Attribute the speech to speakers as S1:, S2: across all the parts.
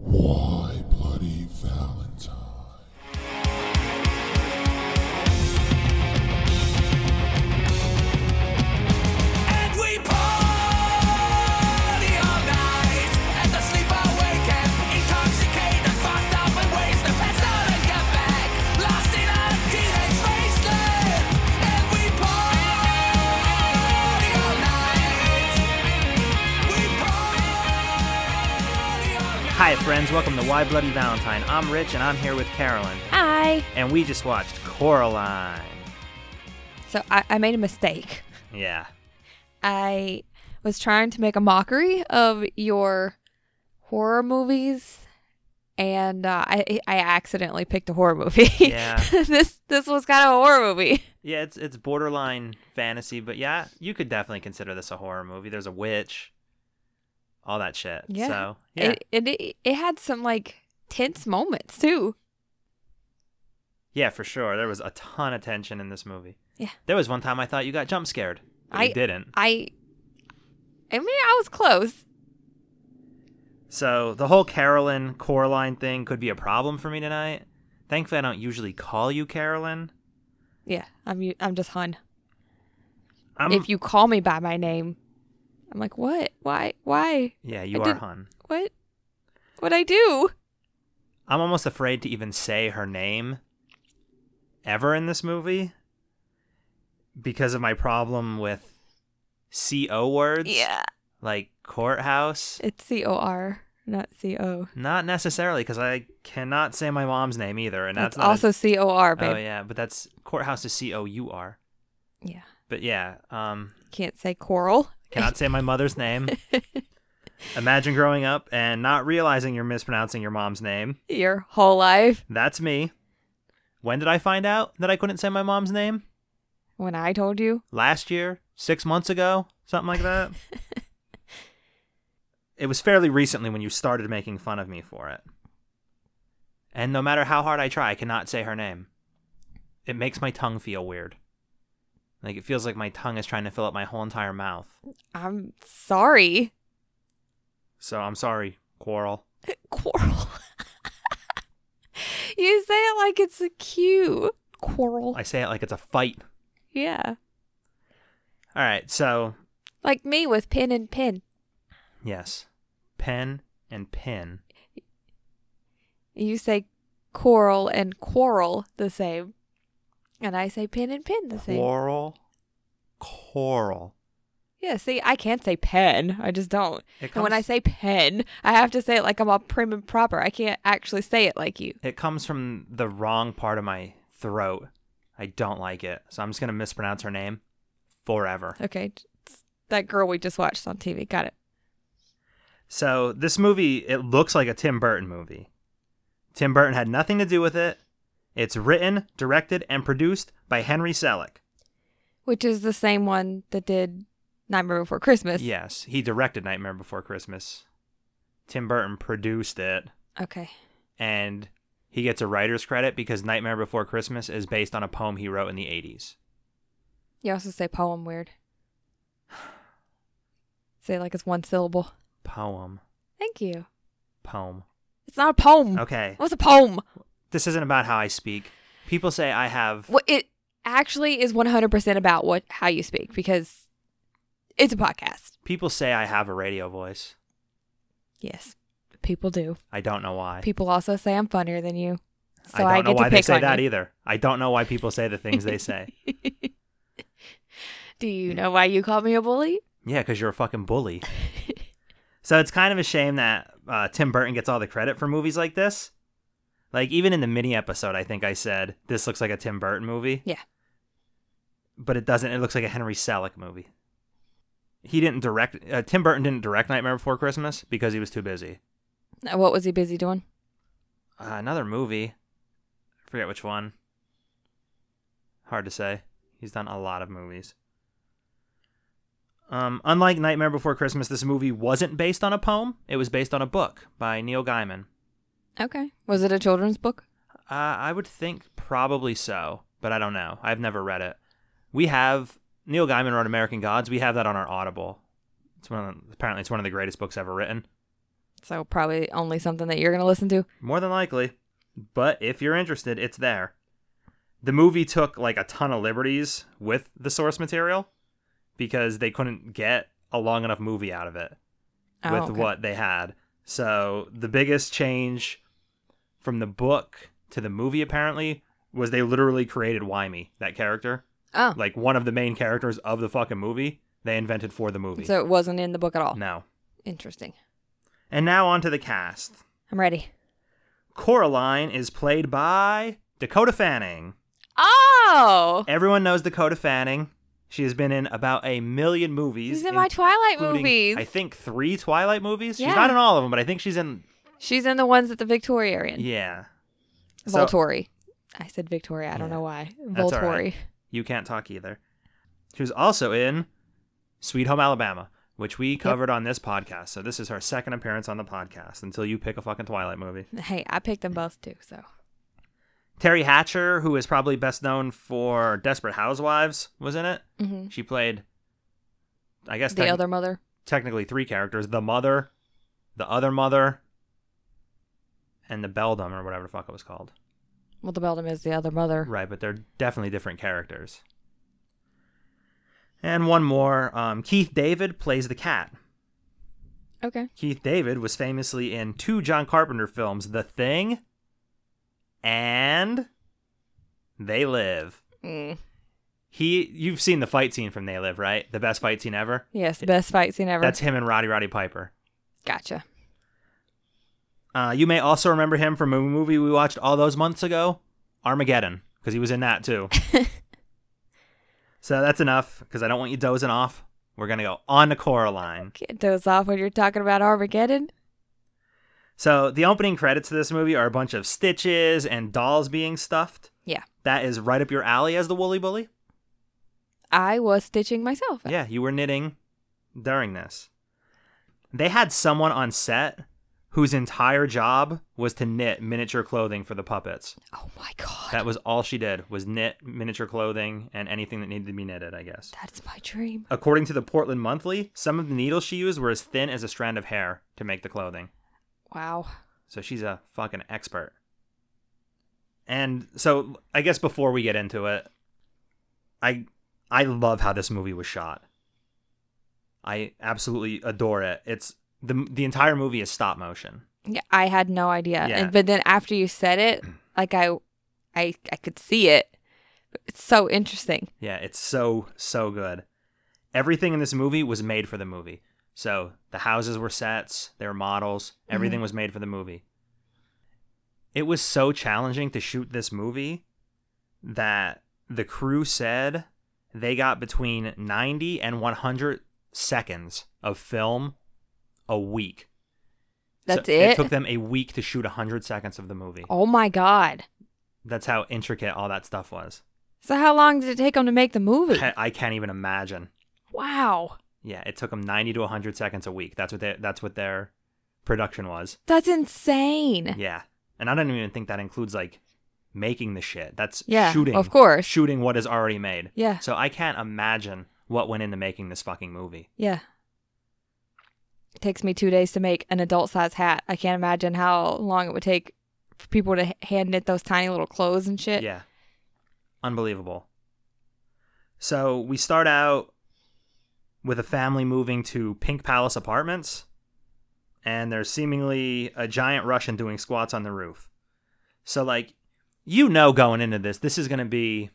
S1: Why Bloody Valentine?
S2: And we party all night, and the sleeper wake up, intoxicated, fucked up, and ways to pass out and get back, lost in a teenage wasteland. And we party all night. We party all night.
S3: Hi, friends. Welcome to Why Bloody Valentine. I'm Rich, and I'm here with Carolyn.
S4: Hi.
S3: And we just watched Coraline.
S4: So I, I made a mistake.
S3: Yeah.
S4: I was trying to make a mockery of your horror movies, and uh, I I accidentally picked a horror movie.
S3: Yeah.
S4: this this was kind of a horror movie.
S3: Yeah, it's it's borderline fantasy, but yeah, you could definitely consider this a horror movie. There's a witch, all that shit.
S4: Yeah.
S3: So yeah,
S4: It, it it it had some like tense moments too.
S3: yeah, for sure. There was a ton of tension in this movie.
S4: Yeah.
S3: There was one time I thought you got jump scared. but
S4: I
S3: you didn't.
S4: I. I mean, I was close.
S3: So the whole Carolyn Coraline thing could be a problem for me tonight. Thankfully, I don't usually call you Carolyn.
S4: Yeah, I'm u- I'm just hun.
S3: I'm,
S4: if you call me by my name, I'm like, what? Why? Why?
S3: yeah, you
S4: I
S3: are
S4: didn't-
S3: hun.
S4: What? What I do?
S3: I'm almost afraid to even say her name ever in this movie because of my problem with CO words.
S4: Yeah.
S3: Like courthouse.
S4: It's C O R, not C O.
S3: Not necessarily because I cannot say my mom's name either. And that's,
S4: That's
S3: not a-
S4: also C O R,
S3: Oh,
S4: babe.
S3: yeah. But that's courthouse is C O U R.
S4: yeah.
S3: But yeah, um,
S4: Can't say coral.
S3: cannot say my mother's name. Imagine growing up and not realizing you're mispronouncing your mom's name.
S4: Your whole life.
S3: That's me. When did I find out that I couldn't say my mom's name?
S4: When I told you,
S3: last year, six months ago, something like that. it was fairly recently when you started making fun of me for it. And no matter how hard I try, I cannot say her name. It makes my tongue feel weird. Like it feels like my tongue is trying to fill up my whole entire mouth.
S4: I'm sorry.
S3: So I'm sorry, Quarrel.
S4: Coral. you say it like it's a Q. Coral.
S3: I say it like it's a fight.
S4: yeah.
S3: All right, so
S4: Like me with pin and pin.
S3: yes, pen and pin.
S4: You say coral and quarrel the same. And I say pin and pin the same.
S3: Quarrel, coral.
S4: Yeah, see, I can't say pen. I just don't.
S3: It
S4: And when
S3: comes-
S4: I say pen, I have to say it like I'm all prim and proper. I can't actually say it like you.
S3: It comes from the wrong part of my throat. I don't like it. So I'm just going to mispronounce her name forever.
S4: Okay. it's That girl we just watched on TV. Got it.
S3: So this movie, it looks like a Tim Burton movie. Tim Burton had nothing to do with it. It's written, directed, and produced by Henry Selick.
S4: Which is the same one that did Nightmare Before Christmas.
S3: Yes, he directed Nightmare Before Christmas. Tim Burton produced it,
S4: Okay.
S3: and he gets a writer's credit because Nightmare Before Christmas is based on a poem he wrote in the 80s.
S4: You also say poem weird. Say it like it's one syllable.
S3: Poem.
S4: Thank you.
S3: Poem.
S4: It's not a poem.
S3: Okay.
S4: What's a poem?
S3: this isn't about how I speak. People say I have.
S4: What it actually is 100% about what how you speak because it's a podcast.
S3: People say I have a radio voice.
S4: Yes. People do.
S3: I don't know why.
S4: People also say I'm funnier than you. So
S3: I don't know
S4: get
S3: why
S4: to
S3: they
S4: pick
S3: say
S4: on
S3: that
S4: you.
S3: either. I don't know why people say the things they say. e-
S4: Do you know why you called me a bully?
S3: Yeah, because you're a fucking bully. so it's kind of a shame that uh, Tim Burton gets all the credit for movies like this. Like even in the mini episode, I think I said this looks like a Tim Burton movie,
S4: Yeah.
S3: but it doesn't. It looks like a Henry Selick movie. He didn't direct. Uh, Tim Burton didn't direct Nightmare Before Christmas because he was too busy.
S4: Uh, What was he busy doing?
S3: uh, another movie. I forget which one. Hard to say. He's done a lot of movies. Um, unlike Nightmare Before Christmas, this movie wasn't based on a poem. It was based on a book by Neil Gaiman.
S4: Okay. Was it a children's book?
S3: Uh, I would think probably so, but I don't know. I've never read it. We have Neil Gaiman wrote American Gods. We have that on our Audible. It's one of the- apparently it's one of the greatest books ever written.
S4: So probably only something that you're going to listen to.
S3: More than likely, but if you're interested, it's there. The movie took like a ton of liberties with the source material because they couldn't get a long enough movie out of it.
S4: Oh,
S3: with
S4: okay.
S3: what they had. So the biggest change from the book to the movie apparently was they literally created Wymie, that character.
S4: Oh,
S3: Like one of the main characters of the fucking movie, they invented for the movie.
S4: so it wasn't in the book at all.
S3: no.
S4: Interesting.
S3: And now on to the cast.
S4: I'm ready.
S3: Coraline is played by Dakota Fanning.
S4: Oh,
S3: Everyone knows Dakota Fanning. She has been in about a million movies.
S4: she's in my Twilight
S3: including,
S4: movies.
S3: I think three Twilight movies.
S4: Yeah.
S3: She's not in all of them, but I think she's in.
S4: she's in the ones at the Victorian.
S3: Yeah. So-
S4: Voltori. I said Victoria. I don't
S3: Yeah.
S4: know why.
S3: That's all
S4: Voltori.
S3: right. You can't talk either. She was also in Sweet Home Alabama, which we covered on this podcast. So this is her second appearance on the podcast until you pick a fucking Twilight movie.
S4: Hey, I picked them both too. So
S3: Terry Hatcher, who is probably best known for Desperate Housewives, was in it.
S4: Mhm.
S3: She played, I guess,
S4: the
S3: techni-
S4: other mother.
S3: technically three characters: the mother, the other mother, and the beldam or whatever the fuck it was called.
S4: Well, the Beldam is the other mother.
S3: Right, but they're definitely different characters. And one more. Um, Keith David plays the cat.
S4: Okay.
S3: Keith David was famously in two John Carpenter films, The Thing and They Live.
S4: Mm.
S3: He you've seen the fight scene from They Live, right? The best fight scene ever.
S4: Yes, best fight scene ever.
S3: That's him and Roddy Roddy Piper.
S4: gotcha.
S3: Uh, you may also remember him from a movie we watched all those months ago, Armageddon, because he was in that too. so that's enough, because I don't want you dozing off. We're gonna go on to Coraline.
S4: Can't doze off when you're talking about Armageddon.
S3: So the opening credits to this movie are a bunch of stitches and dolls being stuffed.
S4: Yeah.
S3: That is right up your alley as the Woolly Bully.
S4: I was stitching myself.
S3: Yeah, you were knitting during this. They had someone on set whose entire job was to knit miniature clothing for the puppets.
S4: Oh my god.
S3: That was all she did was knit miniature clothing and anything that needed to be knitted, I guess.
S4: That's my dream.
S3: According to the Portland Monthly, some of the needles she used were as thin as a strand of hair to make the clothing.
S4: Wow.
S3: So she's a fucking expert. And so I guess before we get into it, I I love how this movie was shot. I absolutely adore it. It's the the entire movie is stop motion.
S4: Yeah, I had no idea.
S3: Yeah.
S4: And, but then after you said it, like I, I, I could see it. It's so interesting.
S3: Yeah, it's so so good. Everything in this movie was made for the movie. So the houses were sets, they were models, everything
S4: Mm-hmm.
S3: was made for the movie. It was so challenging to shoot this movie that the crew said they got between 90 and 100 seconds of film a week. So
S4: That's it.
S3: It took them a week to shoot 100 seconds of the movie.
S4: oh my god.
S3: That's how intricate all that stuff was.
S4: So how long did it take them to make the movie?
S3: I I can't even imagine.
S4: wow.
S3: Yeah, it took them 90 to 100 seconds a week. That's what they, that's what their production was.
S4: That's insane.
S3: Yeah. And I don't even think that includes like making the shit. That's
S4: Yeah,
S3: shooting.
S4: of course.
S3: Shooting what is already made.
S4: Yeah.
S3: So I can't imagine what went into making this fucking movie.
S4: Yeah. It takes me two days to make an adult size hat. I can't imagine how long it would take for people to h- hand knit those tiny little clothes and shit.
S3: Yeah. Unbelievable. So we start out with a family moving to Pink Palace Apartments, and there's seemingly a giant Russian doing squats on the roof. So, like, you know, going into this, this is going to be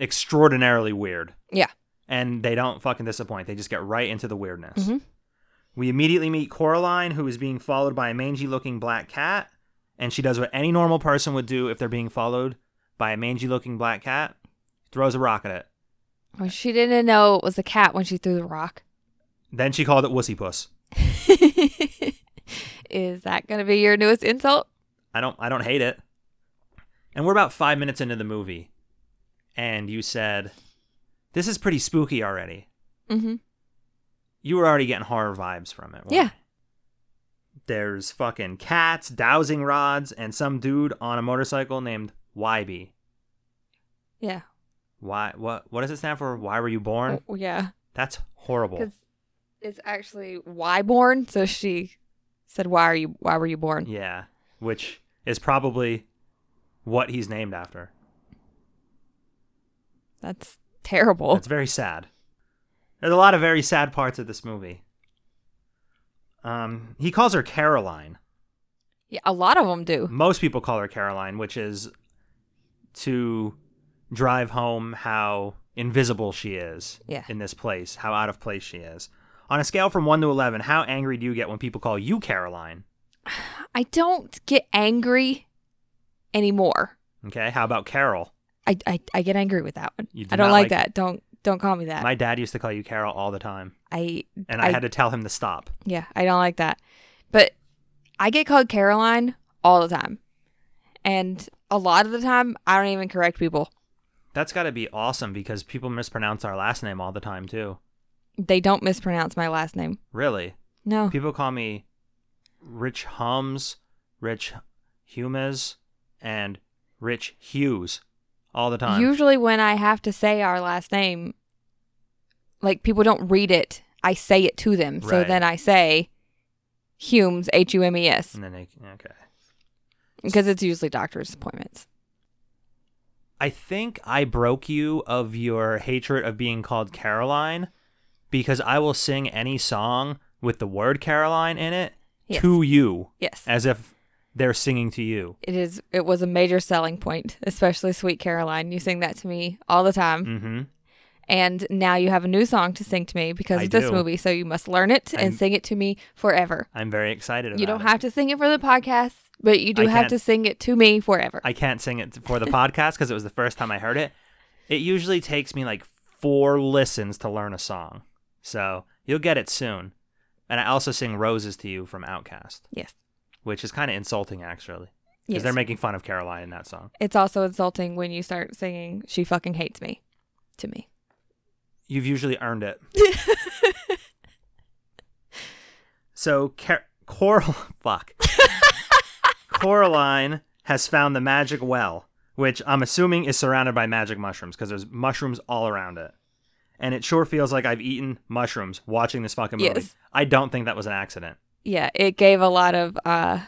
S3: extraordinarily weird.
S4: Yeah.
S3: And they don't fucking disappoint. They just get right into the weirdness.
S4: Mhm.
S3: We immediately meet Coraline, who is being followed by a mangy looking black cat, and she does what any normal person would do if they're being followed by a mangy looking black cat throws a rock at it.
S4: Well, she didn't know it was a cat when she threw the rock.
S3: Then she called it Wussy Puss.
S4: Is that going to be your newest insult?
S3: I don't I don't hate it. And we're about five minutes into the movie, and you said, This is pretty spooky already.
S4: Mm-hmm.
S3: You were already getting horror vibes from it. weren't
S4: Yeah.
S3: you? There's fucking cats, dowsing rods, and some dude on a motorcycle named YB.
S4: Yeah.
S3: Why? What? What does it stand for? Why were you born?
S4: Oh, yeah.
S3: That's horrible.
S4: Because it's actually why born. So she said, "Why are you? Why were you born?"
S3: Yeah, which is probably what he's named after.
S4: That's terrible.
S3: It's very sad. There's a lot of very sad parts of this movie. Um, he calls her Caroline.
S4: yeah, a lot of them do.
S3: Most people call her Caroline, which is to drive home how invisible she is
S4: Yeah.
S3: in this place, how out of place she is. On a scale from 1 to 11, how angry do you get when people call you Caroline?
S4: I don't get angry anymore.
S3: Okay, how about Carol?
S4: I I, I get angry with that one.
S3: You do
S4: I don't
S3: not
S4: like,
S3: like-
S4: that. Don't don't call me that.
S3: My dad used to call you Carol all the time,
S4: I
S3: and I, had to tell him to stop.
S4: Yeah, I don't like that. But I get called Caroline all the time. And a lot of the time, I don't even correct people.
S3: That's got to be awesome because people mispronounce our last name all the time, too.
S4: They don't mispronounce my last name.
S3: Really?
S4: No.
S3: People call me Rich Hums, Rich Humes, and Rich Hughes all the time.
S4: Usually, when I have to say our last name, like people don't read it, I say it to them. So
S3: Right.
S4: then I say Humes, H U M E S,
S3: and then they, okay.
S4: because it's usually doctor's appointments.
S3: I think I broke you of your hatred of being called Caroline because I will sing any song with the word Caroline in it
S4: Yes.
S3: to you
S4: Yes.
S3: as if they're singing to you.
S4: It is. It was a major selling point, especially "Sweet Caroline." You sing that to me all the time.
S3: Mm-hmm.
S4: And now you have a new song to sing to me because
S3: I
S4: of this
S3: do.
S4: movie. So you must learn it and
S3: I'm-
S4: sing it to me forever.
S3: I'm very excited about
S4: You don't
S3: it.
S4: have to sing it for the podcast, but you do
S3: I
S4: have
S3: can't-
S4: to sing it to me forever.
S3: I can't sing it for the podcast because it was the first time I heard it. It usually takes me like four listens to learn a song. So you'll get it soon. And I also sing Roses to You from Outcast,
S4: yes.
S3: which is kind of insulting, actually. Because
S4: Yes.
S3: they're making fun of Caroline in that song.
S4: it's also insulting when you start singing "She fucking hates me" to me.
S3: You've usually earned it. so, Car- Coral. Fuck. Coraline has found the magic well, which I'm assuming is surrounded by magic mushrooms because there's mushrooms all around it. And it sure feels like I've eaten mushrooms watching this fucking movie.
S4: Yes.
S3: I don't think that was an accident.
S4: Yeah, it gave a lot of uh,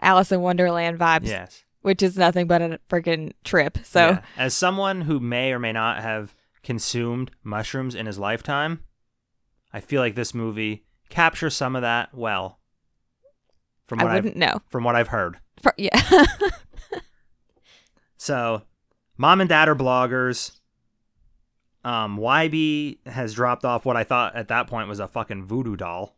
S4: Alice in Wonderland vibes,
S3: Yes.
S4: which is nothing but a freaking trip. So
S3: Yeah. as someone who may or may not have consumed mushrooms in his lifetime, I feel like this movie captures some of that well. From what
S4: I
S3: I've-
S4: wouldn't know.
S3: from what I've heard.
S4: For- yeah.
S3: So, mom and dad are bloggers. Um, YB has dropped off what I thought at that point was a fucking voodoo doll.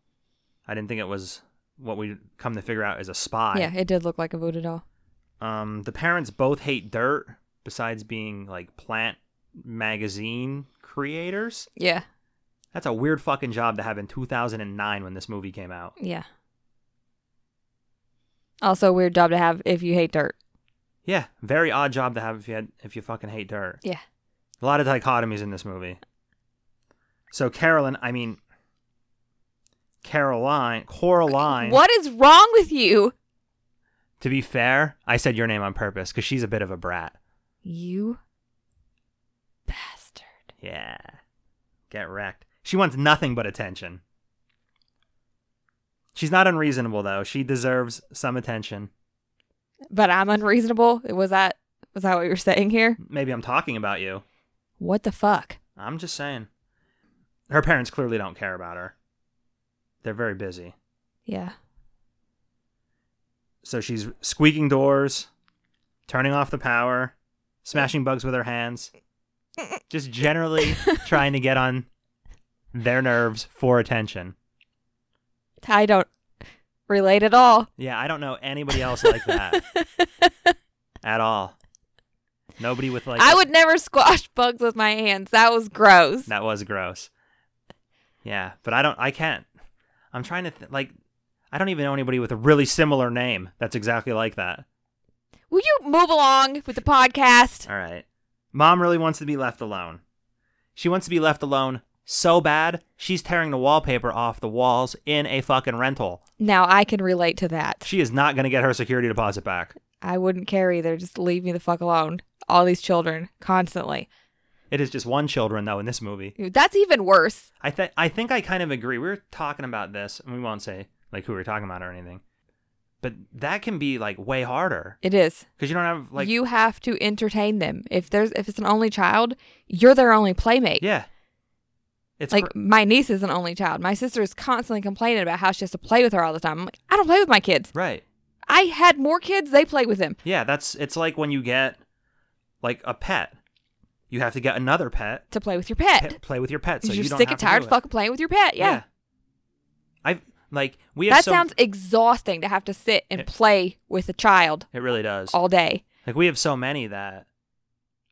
S3: I didn't think it was what we come to figure out is a spy.
S4: yeah, it did look like a voodoo doll.
S3: Um, the parents both hate dirt, besides being like plant magazine creators.
S4: Yeah,
S3: That's a weird fucking job to have in 2009 when this movie came out.
S4: yeah. Also, a weird job to have if you hate dirt.
S3: Yeah, very odd job to have if you had if you fucking hate dirt.
S4: Yeah.
S3: A lot of dichotomies in this movie. So Carolyn, I mean Caroline, Coraline.
S4: What is wrong with you?
S3: To be fair, I said your name on purpose because she's a bit of a brat.
S4: You bastard.
S3: Yeah. Get wrecked. She wants nothing but attention. She's not unreasonable though. She deserves some attention.
S4: But I'm unreasonable. Was that was that what you were saying here?
S3: Maybe I'm talking about you.
S4: What the fuck?
S3: I'm just saying. Her parents clearly don't care about her. They're very busy.
S4: Yeah.
S3: So she's squeaking doors, turning off the power, smashing bugs with her hands, just generally trying to get on their nerves for attention.
S4: I don't relate at all.
S3: Yeah, I don't know anybody else like that at all. Nobody with like
S4: I would never squash bugs with my hands. That was gross.
S3: That was gross. Yeah, but I don't. I can't. I'm trying to th- like. I don't even know anybody with a really similar name that's exactly like that.
S4: Will you move along with the podcast?
S3: All right. Mom really wants to be left alone. She wants to be left alone so bad she's tearing the wallpaper off the walls in a fucking rental.
S4: Now I can relate to that.
S3: She is not going to get her security deposit back.
S4: I wouldn't care either. Just leave me the fuck alone. All these children constantly.
S3: It is just one children though in this movie.
S4: That's even worse.
S3: I think I think I kind of agree. We were talking about this, and we won't say like who we are talking about or anything, but that can be like way harder
S4: It is.
S3: because you don't have like
S4: you have to entertain them. If there's if it's an only child, you're their only playmate.
S3: yeah. It's
S4: like
S3: cr-
S4: my niece is an only child. My sister is constantly complaining about how she has to play with her all the time. I'm like, I don't play with my kids.
S3: right.
S4: I had more kids. They play with them.
S3: Yeah, that's it's like when you get like a pet, you have to get another pet,
S4: to play with your
S3: pet-
S4: pet.
S3: play with your pet, so
S4: You're
S3: you don't
S4: sick
S3: have
S4: and
S3: to
S4: tired
S3: do
S4: of
S3: it.
S4: fucking playing with your pet. Yeah.
S3: I've like we have
S4: That
S3: so,
S4: sounds exhausting to have to sit and
S3: It-
S4: play with a child
S3: it really does.
S4: all day.
S3: Like we have so many that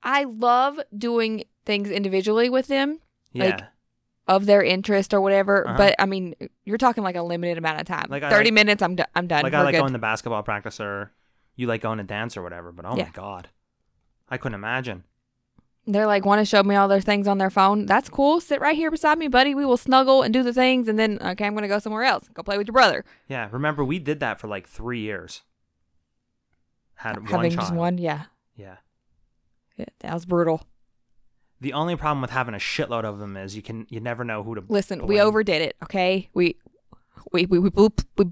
S4: I love doing things individually with them
S3: yeah.
S4: Like, of their interest or whatever.
S3: Uh-huh.
S4: But I mean, you're talking like a limited amount of time.
S3: Like, I
S4: 30
S3: like-
S4: minutes, I'm, do- I'm done.
S3: like
S4: We're
S3: I like
S4: good.
S3: going to basketball practice or you like going to dance or whatever, but oh my
S4: Yeah.
S3: god. I couldn't imagine.
S4: They're like, want to show me all their things on their phone. That's cool. Sit right here beside me, buddy. We will snuggle and do the things. And then, okay, I'm going to go somewhere else. Go play with your brother.
S3: Yeah, remember we did that for like 3 years. Had one
S4: Having
S3: child.
S4: just one, yeah.
S3: Yeah.
S4: yeah. That was brutal.
S3: The only problem with having a shitload of them is you can you never know who to
S4: Listen, we
S3: blame.
S4: overdid it, okay? We we we we, bloop, we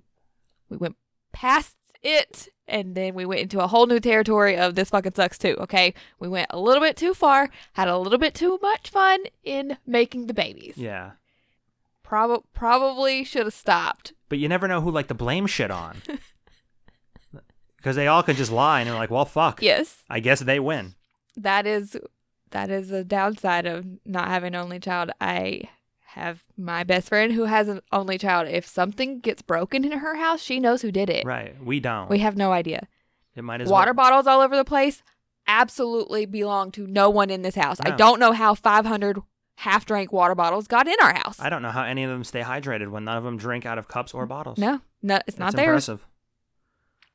S4: we went past it and then we went into a whole new territory of this fucking sucks too, okay? We went a little bit too far, had a little bit too much fun in making the babies.
S3: Yeah.
S4: Prob- probably should have stopped.
S3: But you never know who like to blame shit on. Cuz they all could just lie and they're like, "Well, fuck.
S4: Yes,
S3: I guess they win."
S4: that is that is the downside of not having an only child. I have my best friend who has an only child. If something gets broken in her house, she knows who did it.
S3: Right. We don't.
S4: We have no idea.
S3: it might as
S4: water
S3: well.
S4: bottles all over the place absolutely belong to no one in this house. I
S3: No.
S4: don't know how 500 half drank water bottles got in our house.
S3: I don't know how any of them stay hydrated when none of them drink out of cups or bottles.
S4: no, no, it's not
S3: That's
S4: there.
S3: impressive.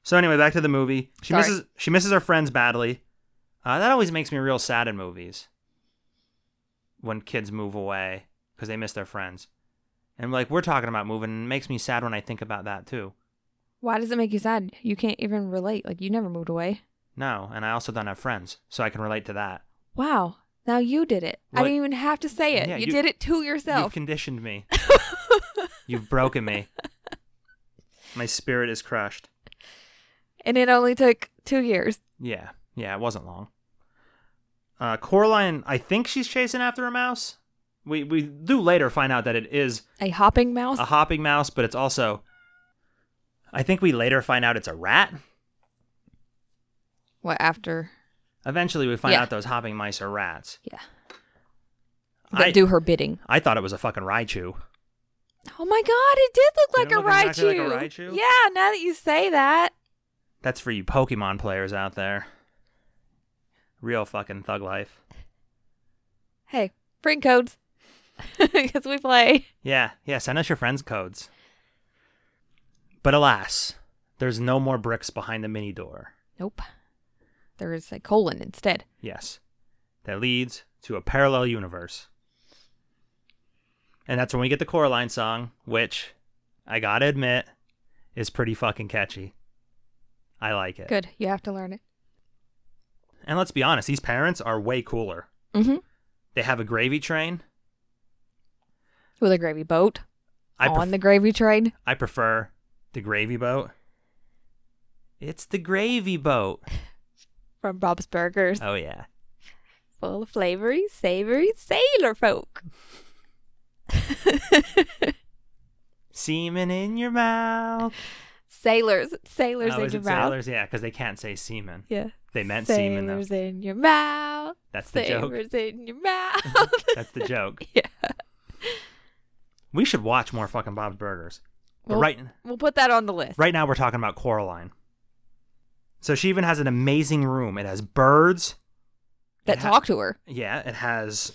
S3: So anyway, back to the movie. She
S4: Sorry.
S3: misses she misses her friends badly. Uh, that always makes me real sad in movies when kids move away because they miss their friends. And like we're talking about moving, and it makes me sad when I think about that too.
S4: Why does it make you sad? You can't even relate. Like you never moved away.
S3: No, and I also don't have friends, so I can relate to that.
S4: Wow. Now you did it. I
S3: Well,
S4: didn't even have to say it.
S3: yeah,
S4: you,
S3: you-
S4: did it to
S3: You've
S4: yourself.
S3: conditioned me. You've broken me. My spirit is crushed.
S4: and it only took 2 years.
S3: Yeah, yeah, it wasn't long. Uh, Coraline, I think she's chasing after a mouse. We we do later find out that it is
S4: A hopping mouse?
S3: a hopping mouse, but it's also. I think we later find out it's a rat.
S4: what after?
S3: Eventually, we find
S4: Yeah.
S3: out those hopping mice are rats.
S4: Yeah. That
S3: I,
S4: do her bidding.
S3: I thought it was a fucking Raichu.
S4: Oh my god, it did look
S3: Did
S4: like
S3: it
S4: a
S3: look exactly
S4: Raichu.
S3: like a Raichu?
S4: Yeah, now that you say that.
S3: That's for you Pokemon players out there. Real fucking thug life.
S4: Hey, bring codes. Because we play.
S3: Yeah, yeah, send us your friends' codes. But alas, there's no more bricks behind the mini door.
S4: Nope. There is a colon instead.
S3: Yes. That leads to a parallel universe. And that's when we get the Coraline song, which I gotta admit is pretty fucking catchy. I like it.
S4: Good. You have to learn it.
S3: And let's be honest, these parents are way cooler.
S4: Mm-hmm.
S3: They have a gravy train.
S4: With a gravy boat
S3: I,
S4: on
S3: pref-
S4: the gravy train.
S3: I prefer the gravy boat. It's the gravy boat.
S4: From Bob's Burgers,
S3: Oh, yeah.
S4: full of flavory, savory sailor folk.
S3: Semen in your mouth.
S4: Sailors, sailors
S3: oh,
S4: in
S3: is
S4: your
S3: it
S4: mouth.
S3: sailors? Yeah, because they can't say semen.
S4: Yeah,
S3: They meant semen, though.
S4: sailors in your mouth.
S3: That's the joke.
S4: sailors in your mouth.
S3: That's the joke.
S4: Yeah.
S3: We should watch more fucking Bob's Burgers. But
S4: Well-
S3: right
S4: we'll put that on the list.
S3: right now we're talking about Coraline. So she even has an amazing room. It has birds.
S4: That
S3: It ha-
S4: talk to her.
S3: Yeah, it has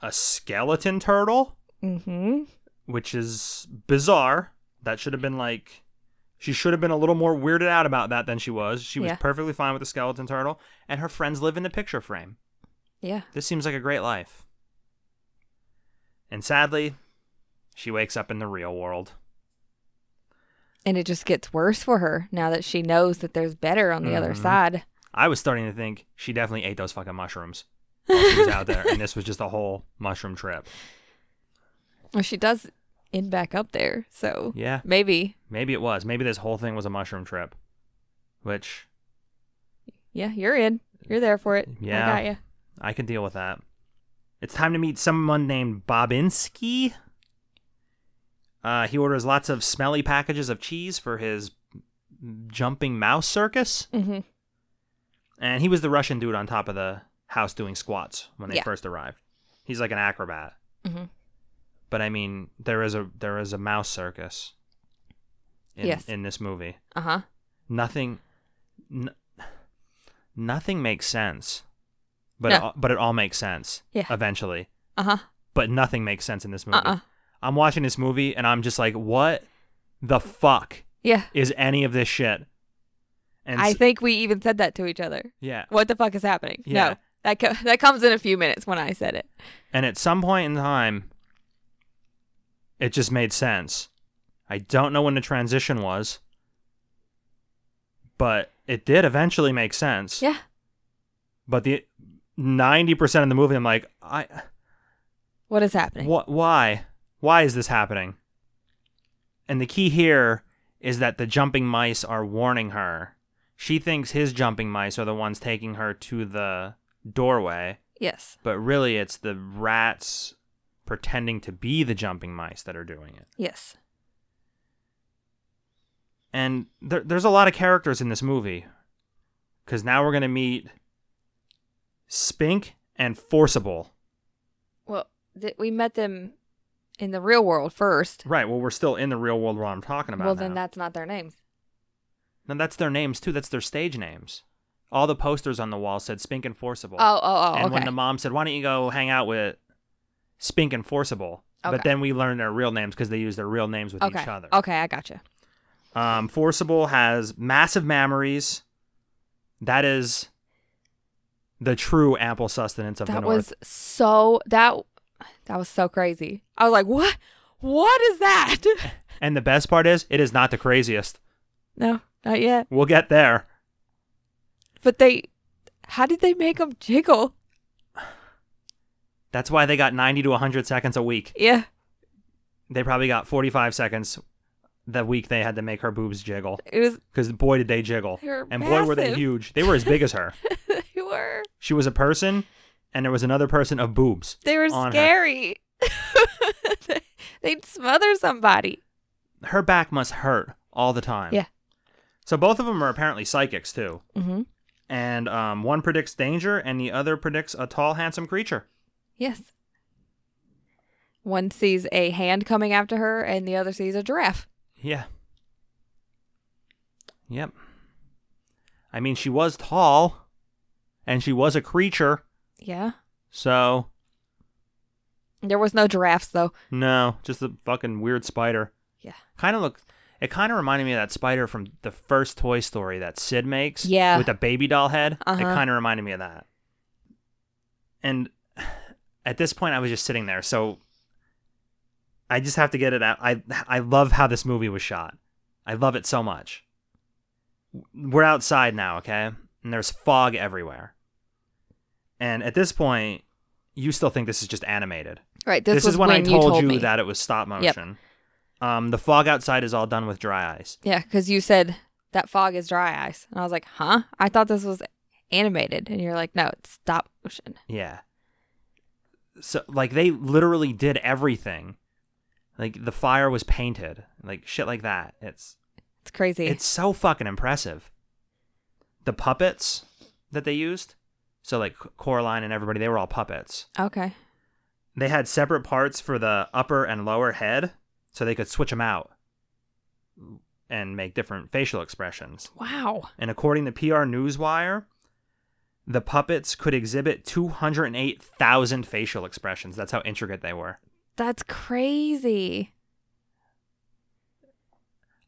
S3: a skeleton turtle,
S4: Mm-hmm.
S3: which is bizarre. That should have been like she should have been a little more weirded out about that than she was. She was
S4: Yeah.
S3: perfectly fine with the skeleton turtle and her friends live in the picture frame.
S4: Yeah.
S3: This seems like a great life. And sadly, she wakes up in the real world.
S4: And it just gets worse for her now that she knows that there's better on the other
S3: Mm-hmm.
S4: side.
S3: I was starting to think she definitely ate those fucking mushrooms while she was out there, and this was just a whole mushroom trip.
S4: Well, she does end back up there, so
S3: Yeah,
S4: maybe.
S3: maybe it was. Maybe this whole thing was a mushroom trip, which
S4: Yeah, you're in. You're there for it.
S3: Yeah.
S4: I got you.
S3: I can deal with that. It's time to meet someone named Bobinski. Uh, he orders lots of smelly packages of cheese for his jumping mouse circus.
S4: Mhm.
S3: And he was the Russian dude on top of the house doing squats when they
S4: Yeah.
S3: first arrived. He's like an acrobat.
S4: Mhm.
S3: But I mean, there is a there is a mouse circus. In,
S4: Yes.
S3: In this movie,
S4: Uh huh.
S3: nothing, n- nothing makes sense. But it
S4: No.
S3: all, but it all makes sense.
S4: Yeah.
S3: Eventually,
S4: Uh huh.
S3: but nothing makes sense in this movie.
S4: Uh-uh.
S3: I'm watching this movie and I'm just like, what the fuck
S4: Yeah.
S3: is any of this shit? And
S4: I
S3: s-
S4: think we even said that to each other.
S3: yeah.
S4: What the fuck is happening?
S3: Yeah.
S4: No. That, co- that comes in a few minutes when I said it.
S3: And at some point in time, it just made sense. I don't know when the transition was, but it did eventually make sense.
S4: Yeah.
S3: But the ninety percent of the movie, I'm like, I
S4: What is happening?
S3: What? Why? Why is this happening? And the key here is that the jumping mice are warning her. She thinks his jumping mice are the ones taking her to the doorway,
S4: Yes.
S3: but really it's the rats pretending to be the jumping mice that are doing it.
S4: Yes.
S3: And there, there's a lot of characters in this movie, because now we're gonna meet Spink and Forcible.
S4: Well, th- we met them in the real world first.
S3: Right. Well, we're still in the real world while I'm talking about.
S4: Well, then
S3: now.
S4: that's not their names.
S3: No, that's their names too. That's their stage names. All the posters on the wall said Spink and Forcible.
S4: Oh, oh, oh.
S3: and
S4: okay.
S3: when the mom said, "Why don't you go hang out with Spink and Forcible?"
S4: Okay.
S3: But then we learned their real names because they use their real names with
S4: okay.
S3: each other.
S4: Okay, I gotcha.
S3: Um, Forcible has massive mammaries. That is the true ample sustenance of the
S4: that
S3: North.
S4: was so that that was so crazy. I was like, what? What is that?
S3: And the best part is, it is not the craziest.
S4: no, not yet.
S3: We'll get there.
S4: But they, how did they make them jiggle?
S3: That's why they got 90 to 100 seconds a week.
S4: Yeah,
S3: They probably got 45 seconds the week they had to make her boobs jiggle.
S4: it was.
S3: because boy did they jiggle
S4: They were
S3: and boy were they
S4: massive.
S3: huge they were as big as her
S4: They were.
S3: she was a person and there was another person of boobs
S4: They were
S3: on her.
S4: scary. They'd smother somebody.
S3: her back must hurt all the time
S4: Yeah.
S3: so both of them are apparently psychics too
S4: Mm-hmm.
S3: and um, one predicts danger and the other predicts a tall handsome creature
S4: Yes. One sees a hand coming after her, and the other sees a giraffe.
S3: yeah yep i mean she was tall and she was a creature
S4: Yeah.
S3: so
S4: There was no giraffes though.
S3: No, just a fucking weird spider.
S4: Yeah.
S3: Kind of looked. It kind of reminded me of that spider from the first Toy Story that Sid makes.
S4: Yeah.
S3: With the baby doll head. It
S4: Uh-huh.
S3: kind of reminded me of that. And at this point, I was just sitting there, so I just have to get it out. I I love how this movie was shot. I love it so much. We're outside now, okay? And there's fog everywhere. And at this point, you still think this is just animated
S4: Right. This,
S3: this,
S4: was
S3: is when, I told you,
S4: me.
S3: that it was stop
S4: Yep.
S3: motion. Um, the fog outside is all done with dry ice.
S4: Yeah, because you said that fog is dry ice, and I was like, huh? I thought this was animated, and you're like, no, it's stop motion.
S3: Yeah. So like they literally did everything. Like the fire was painted, like shit like that. It's
S4: It's crazy.
S3: it's so fucking impressive. The puppets that they used, so like Coraline and everybody, they were all puppets.
S4: okay.
S3: They had separate parts for the upper and lower head, so they could switch them out and make different facial expressions.
S4: Wow.
S3: And according to PR Newswire, the puppets could exhibit 208,000 facial expressions. That's how intricate they were.
S4: That's crazy.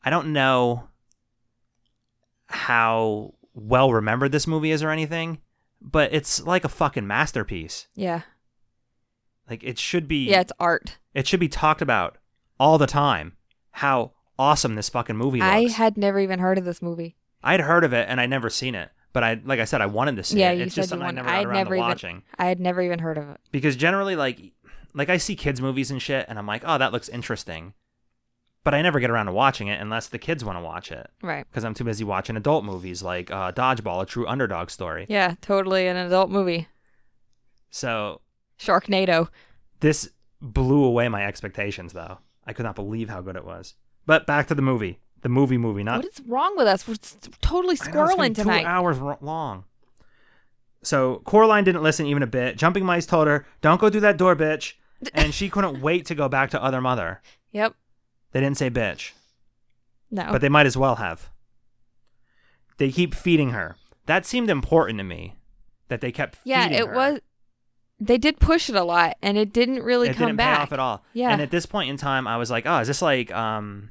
S3: I don't know how well remembered this movie is or anything, but it's like a fucking masterpiece.
S4: Yeah.
S3: Like it should be
S4: Yeah, it's art.
S3: it should be talked about all the time how awesome this fucking movie
S4: I
S3: looks.
S4: had never even heard of this movie.
S3: I'd heard of it and I'd never seen it, but I like I said I wanted to see
S4: yeah,
S3: it.
S4: you
S3: it's
S4: said
S3: just
S4: you
S3: something I
S4: wanted.
S3: never
S4: I
S3: got
S4: had
S3: around
S4: never
S3: to
S4: even.
S3: watching.
S4: I had never even heard of it.
S3: because generally like like I see kids movies and shit and I'm like, "Oh, that looks interesting." But I never get around to watching it unless the kids want to watch it
S4: Right.
S3: because I'm too busy watching adult movies like uh, Dodgeball, a true underdog story.
S4: Yeah, totally an adult movie.
S3: So
S4: Sharknado.
S3: this blew away my expectations though i could not believe how good it was but back to the movie the movie movie not
S4: what is wrong with us? We're s- totally
S3: I know, it's gonna be
S4: squirreling tonight.
S3: two hours ro- long so coraline didn't listen even a bit jumping mice told her don't go through that door bitch and she couldn't wait to go back to other mother
S4: Yep.
S3: they didn't say bitch
S4: No.
S3: but they might as well have they keep feeding her that seemed important to me that they kept
S4: yeah,
S3: feeding
S4: it
S3: her.
S4: was. They did push it a lot, and it didn't really
S3: it
S4: come
S3: didn't
S4: back
S3: pay off at all.
S4: Yeah.
S3: And at this point in time, I was like, oh, is this like um,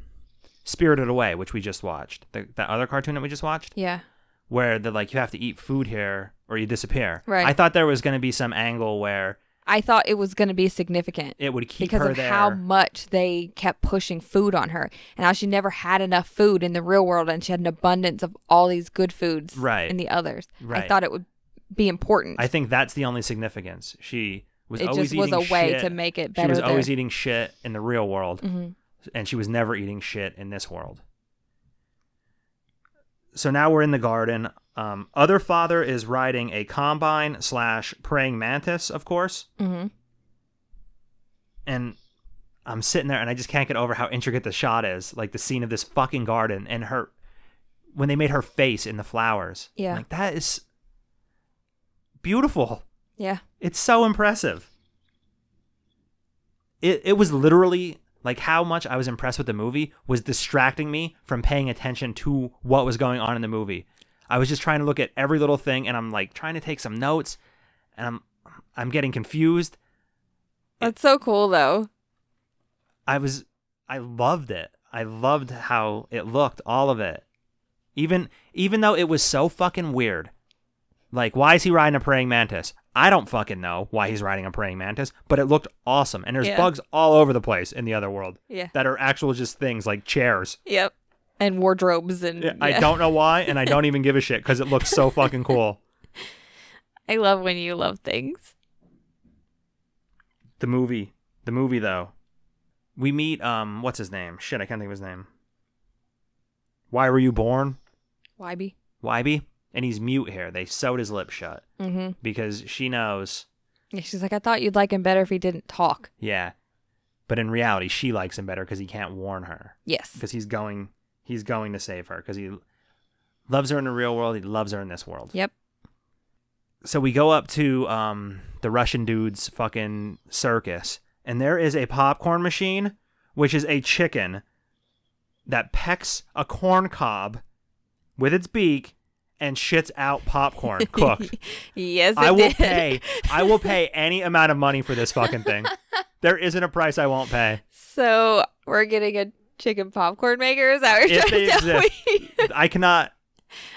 S3: Spirited Away, which we just watched, the, that other cartoon that we just watched,
S4: Yeah.
S3: where they're like, you have to eat food here or you disappear.
S4: Right.
S3: I thought there was going to be some angle where
S4: I thought it was going to be significant
S3: it would keep
S4: because
S3: her
S4: of
S3: there.
S4: how much they kept pushing food on her and how she never had enough food in the real world and she had an abundance of all these good foods
S3: Right.
S4: in the others. I
S3: Right.
S4: thought it would be important.
S3: I think that's the only significance. She was
S4: It
S3: always
S4: just was
S3: eating
S4: a way
S3: shit.
S4: to make it
S3: She
S4: better
S3: was
S4: there. Mm-hmm.
S3: always eating shit in the real world, and she was never eating shit in this world. So now we're in the garden. Um, other father is riding a combine slash praying mantis, of course,
S4: hmm
S3: and I'm sitting there and I just can't get over how intricate the shot is, like the scene of this fucking garden and her when they made her face in the flowers.
S4: Yeah.
S3: like that is beautiful.
S4: Yeah.
S3: It's so impressive. It it was literally like how much I was impressed with the movie was distracting me from paying attention to what was going on in the movie. I was just trying to look at every little thing and I'm like trying to take some notes and I'm I'm getting confused.
S4: That's so cool though.
S3: I was I loved it. I loved how it looked, all of it. Even even though it was so fucking weird. Like why is he riding a praying mantis? I don't fucking know why he's riding a praying mantis, but it looked awesome. And there's
S4: Yeah.
S3: bugs all over the place in the other world
S4: Yeah.
S3: that are actual just things like chairs.
S4: Yep. And wardrobes and
S3: I
S4: Mm, yeah.
S3: don't know why and I don't even give a shit cuz it looks so fucking cool.
S4: I love when you love things.
S3: The movie, the movie though. We meet um what's his name? Shit, I can't think of his name. Why were you born?
S4: YB.
S3: Wybe, and he's mute here. They sewed his lips shut
S4: Mm-hmm.
S3: because she knows,
S4: Yeah, she's like, I thought you'd like him better if he didn't talk.
S3: yeah. But in reality, she likes him better because he can't warn her
S4: Yes.
S3: because he's going, he's going to save her because he loves her in the real world. He loves her in this world.
S4: Yep.
S3: So we go up to um, the Russian dude's fucking circus, and there is a popcorn machine, which is a chicken that pecks a corn cob with its beak and shits out popcorn cooked.
S4: Yes, it
S3: I will
S4: did.
S3: pay. I will pay any amount of money for this fucking thing. There isn't a price I won't pay.
S4: So we're getting a chicken popcorn maker. Is that what you're
S3: If
S4: trying
S3: they
S4: to tell
S3: exist,
S4: me?
S3: I cannot.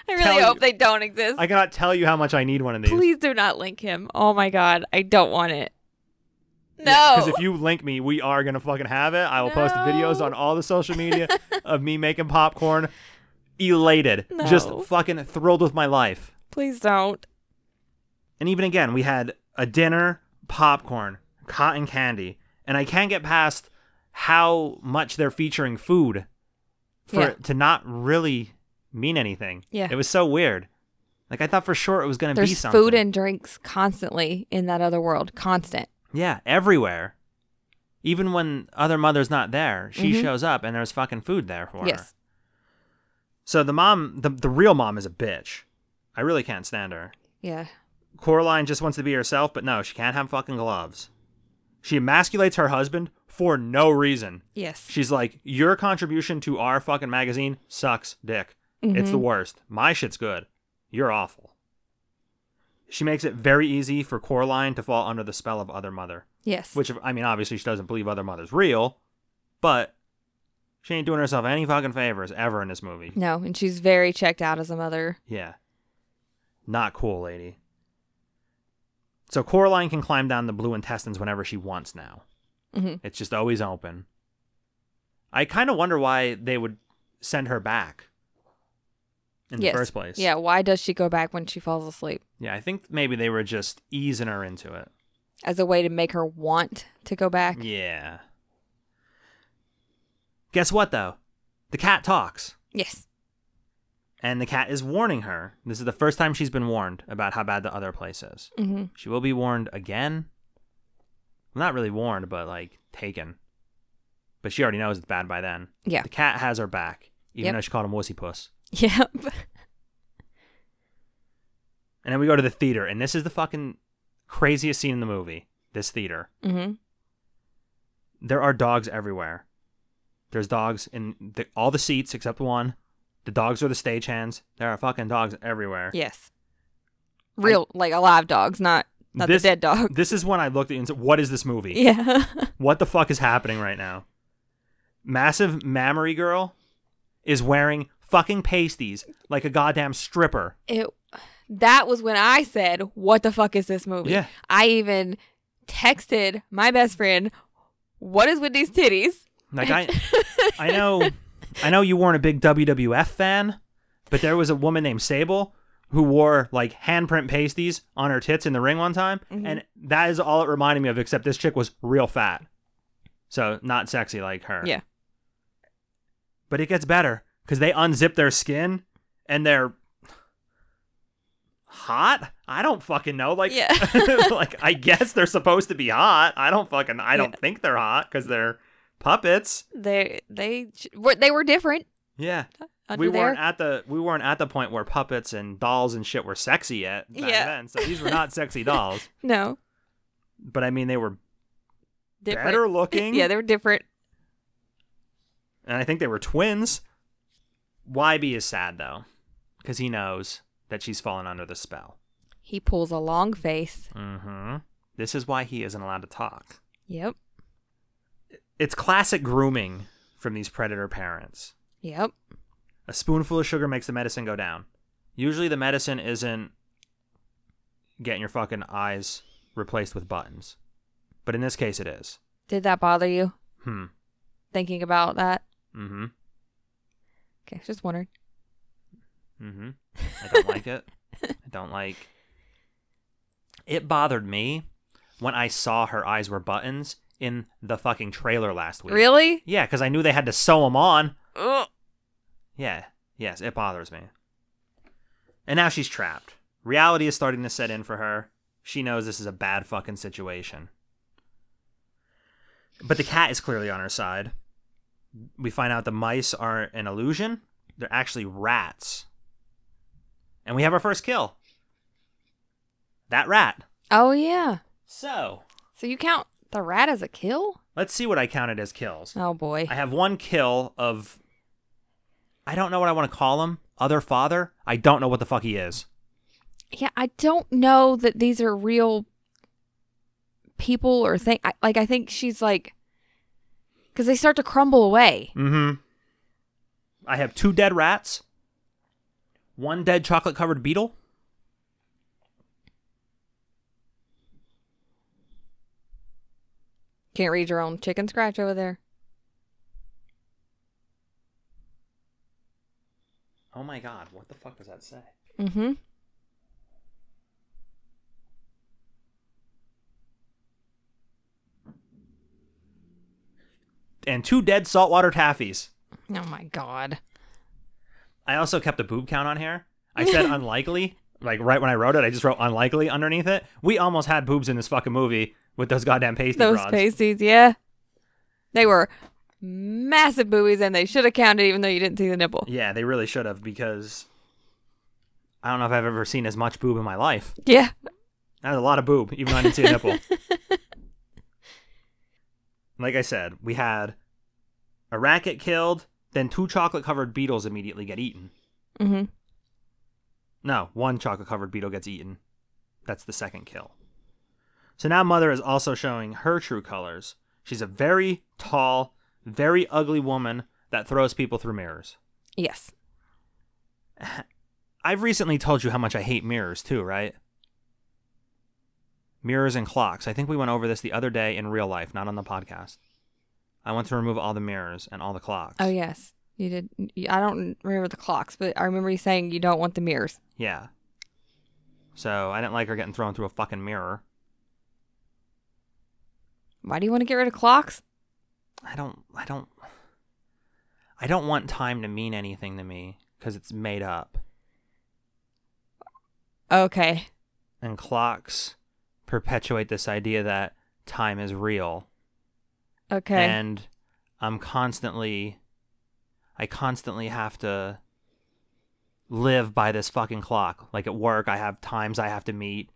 S4: I
S3: tell
S4: really
S3: you-
S4: hope they don't exist.
S3: I cannot tell you how much I need one of these.
S4: Please do not link him. Oh my god, I don't want it. No.
S3: Because if you link me, we are gonna fucking have it. I will post
S4: No.
S3: videos on all the social media of me making popcorn, elated, just
S4: No.
S3: fucking thrilled with my life.
S4: Please don't.
S3: And even again, we had a dinner, popcorn, cotton candy, and I can't get past how much they're featuring food for
S4: Yeah.
S3: it to not really mean anything.
S4: Yeah.
S3: It was so weird. Like I thought for sure it was going to be
S4: There's
S3: something.
S4: food and drinks constantly in that other world. Constant.
S3: yeah, everywhere. Even when other mother's not there, she shows up and there's fucking food there for her.
S4: Mm-hmm. Yes.
S3: So the mom, the, the real mom is a bitch. I really can't stand her.
S4: Yeah.
S3: Coraline just wants to be herself, but no, she can't have fucking gloves. She emasculates her husband for no reason.
S4: Yes.
S3: She's like, Your contribution to our fucking magazine sucks, dick. It's the worst. My shit's good. You're awful. She makes it very easy for Coraline to fall under the spell of Other Mother,
S4: yes.
S3: which, I mean, obviously she doesn't believe Other Mother's real, but she ain't doing herself any fucking favors ever in this movie.
S4: no, and she's very checked out as a mother.
S3: Yeah. Not cool, lady. So Coraline can climb down the blue intestines whenever she wants now.
S4: Mhm.
S3: It's just always open. I kind of wonder why they would send her back in
S4: Yes.
S3: the first place.
S4: Yeah, why does she go back when she falls asleep?
S3: Yeah, I think maybe they were just easing her into it.
S4: As a way to make her want to go back.
S3: Yeah. Guess what though? The cat talks.
S4: Yes.
S3: And the cat is warning her. This is the first time she's been warned about how bad the other place is.
S4: hmm
S3: She will be warned again. Not really warned, but like taken. But she already knows it's bad by then.
S4: Yeah.
S3: The cat has her back, even
S4: Yep.
S3: though she called him wussy puss.
S4: Yep.
S3: And then we go to the theater, and this is the fucking craziest scene in the movie. This theater.
S4: hmm
S3: There are dogs everywhere. There's dogs in the, all the seats except one. The dogs are the stagehands. There are fucking dogs everywhere.
S4: Yes. Real, like alive dogs, not not
S3: This-
S4: the dead dog.
S3: This is when I looked at it and said, What is this movie?
S4: Yeah.
S3: What the fuck is happening right now? Massive mammary girl is wearing fucking pasties like a goddamn stripper.
S4: it that was when I said, "What the fuck is this movie?"
S3: Yeah.
S4: I even texted my best friend, "What is with these titties?"
S3: Like I I know I know you weren't a big WWF fan, but there was a woman named Sable who wore like handprint pasties on her tits in the ring one time,
S4: Mm-hmm.
S3: and that is all it reminded me of except this chick was real fat. So not sexy like her.
S4: Yeah.
S3: But it gets better because they unzip their skin and they're hot. I don't fucking know. Like,
S4: Yeah.
S3: like I guess they're supposed to be hot. I don't fucking. I don't think they're hot because they're puppets.
S4: They they sh- were they were different
S3: Yeah.
S4: under
S3: we
S4: there.
S3: weren't at the we weren't at the point where puppets and dolls and shit were sexy yet. Back
S4: Yeah.
S3: Then, so these were not sexy dolls,
S4: no,
S3: but I mean they were
S4: different.
S3: better looking.
S4: Yeah, they were different.
S3: and I think they were twins. YB is sad though, because he knows that she's fallen under the spell.
S4: He pulls a long face.
S3: Mm-hmm. This is why he isn't allowed to talk.
S4: Yep.
S3: It's classic grooming from these predator parents.
S4: Yep.
S3: A spoonful of sugar makes the medicine go down. Usually the medicine isn't getting your fucking eyes replaced with buttons. But in this case it is.
S4: Did that bother you
S3: Hmm.
S4: thinking about that?
S3: Mm-hmm.
S4: Okay, just wondering.
S3: Mm-hmm. I don't like it. I don't like it bothered me when I saw her eyes were buttons in the fucking trailer last week.
S4: Really?
S3: Yeah, because I knew they had to sew them on.
S4: Ugh.
S3: Yeah. Yes, it bothers me. And now she's trapped. Reality is starting to set in for her. She knows this is a bad fucking situation. But the cat is clearly on her side. We find out the mice are an illusion. They're actually rats. And we have our first kill. That rat.
S4: Oh yeah.
S3: So,
S4: So you count the rat as a kill?
S3: let's see what I counted as kills.
S4: Oh boy.
S3: I have one kill of. I don't know what I want to call him. Other father. I don't know what the fuck he is.
S4: yeah, I don't know that these are real people or thing. I, like I think she's like, because they start to crumble away.
S3: Mm-hmm. I have two dead rats. One dead chocolate covered beetle.
S4: Can't read your own chicken scratch over there.
S3: Oh my god! What the fuck does that say?
S4: Mm-hmm.
S3: And two dead saltwater taffies.
S4: Oh my god.
S3: I also kept a boob count on here. I said unlikely. Like right when I wrote it, I just wrote unlikely underneath it. We almost had boobs in this fucking movie with those goddamn pasty
S4: Those
S3: rods.
S4: pasties, yeah, they were massive boobies, and they should have counted even though you didn't see the nipple.
S3: Yeah, they really should have because I don't know if I've ever seen as much boob in my life.
S4: Yeah.
S3: That was a lot of boob, even though I didn't see a nipple. like I said, we had a rat get killed, then two chocolate covered beetles immediately get eaten.
S4: Mm-hmm.
S3: No, one chocolate covered beetle gets eaten. That's the second kill. So now Mother is also showing her true colors. She's a very tall, very ugly woman that throws people through mirrors.
S4: Yes.
S3: I've recently told you how much I hate mirrors too, right? mirrors and clocks. I think we went over this the other day in real life, not on the podcast. I want to remove all the mirrors and all the clocks.
S4: Oh yes, you did. you- I don't remember the clocks, but I remember you saying you don't want the mirrors.
S3: Yeah. So I didn't like her getting thrown through a fucking mirror.
S4: Why do you want to get rid of clocks?
S3: I don't. I don't. I don't want time to mean anything to me because it's made up.
S4: Okay.
S3: and clocks perpetuate this idea that time is real
S4: Okay.
S3: and i'm constantly i constantly have to live by this fucking clock like at work i have times i have to meet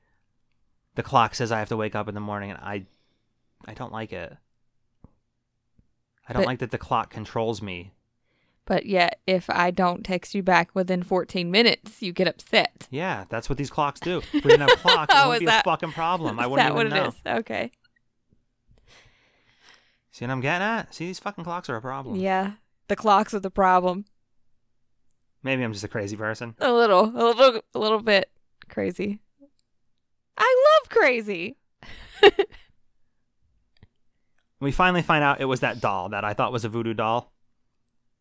S3: the clock says i have to wake up in the morning and i i don't like it i don't
S4: But-
S3: like that the clock controls me
S4: but yet, if I don't text you back within 14 minutes, you get upset.
S3: yeah that's what these clocks do if we didn't have clocks it
S4: Oh,
S3: wouldn't
S4: is
S3: be
S4: that-
S3: a fucking problem i
S4: Is
S3: wouldn't
S4: that
S3: even
S4: what it
S3: know
S4: is? Okay.
S3: see what i'm getting at see these fucking clocks are a problem
S4: Yeah. The clocks are the problem.
S3: Maybe I'm just a crazy person.
S4: A little, a little, a little bit crazy. I love crazy.
S3: We finally find out it was that doll that I thought was a voodoo doll.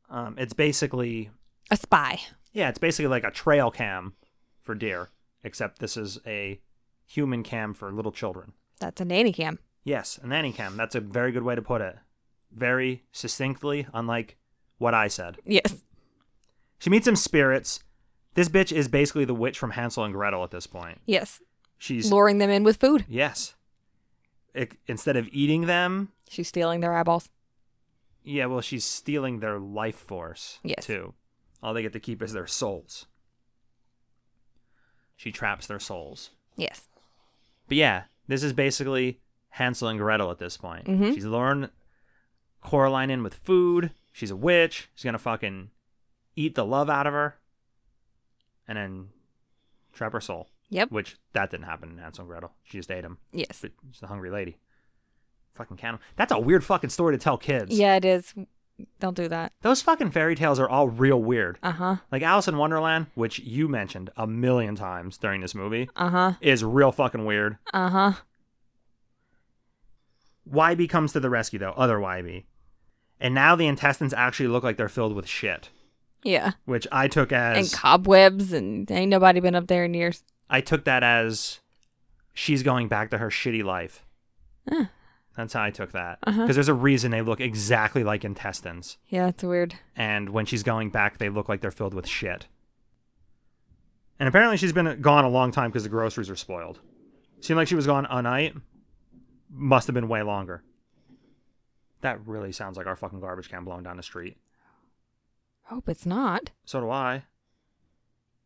S3: Um, it's basically,
S4: A spy.
S3: yeah, it's basically like a trail cam for deer, except this is a human cam for little children.
S4: That's a nanny cam.
S3: Yes, a nanny cam. That's a very good way to put it. Very succinctly, unlike what I said.
S4: Yes.
S3: She meets some spirits. This bitch is basically the witch from Hansel and Gretel at this point.
S4: Yes.
S3: She's
S4: Luring them in with food.
S3: yes. It, instead of eating them,
S4: She's stealing their eyeballs.
S3: Yeah, well, she's stealing their life force.
S4: Yes.
S3: Too. All they get to keep is their souls. She traps their souls.
S4: Yes.
S3: But yeah, this is basically Hansel and Gretel at this point.
S4: Mhm.
S3: She's luring Coraline in with food. She's a witch. She's gonna fucking eat the love out of her, and then trap her soul.
S4: Yep.
S3: Which that didn't happen in Hansel and Gretel. She just ate him.
S4: Yes.
S3: But she's a hungry lady. Fucking count 'em. That's a weird fucking story to tell kids.
S4: Yeah, it is. Don't do that.
S3: Those fucking fairy tales are all real weird.
S4: Uh huh.
S3: Like Alice in Wonderland, which you mentioned a million times during this movie,
S4: Uh huh.
S3: is real fucking weird.
S4: Uh huh.
S3: YB comes to the rescue though, other YB. And now the intestines actually look like they're filled with shit,
S4: Yeah.
S3: which I took as
S4: And cobwebs, and ain't nobody been up there in years.
S3: I took that as she's going back to her shitty life.
S4: Huh.
S3: That's how I took that. Because
S4: Uh-huh.
S3: there's a reason they look exactly like intestines.
S4: Yeah, that's weird.
S3: and when she's going back, they look like they're filled with shit. And apparently, she's been gone a long time because the groceries are spoiled. Seemed like she was gone a night. Must have been way longer. That really sounds like our fucking garbage can blowing down the street.
S4: Hope it's not.
S3: So do I.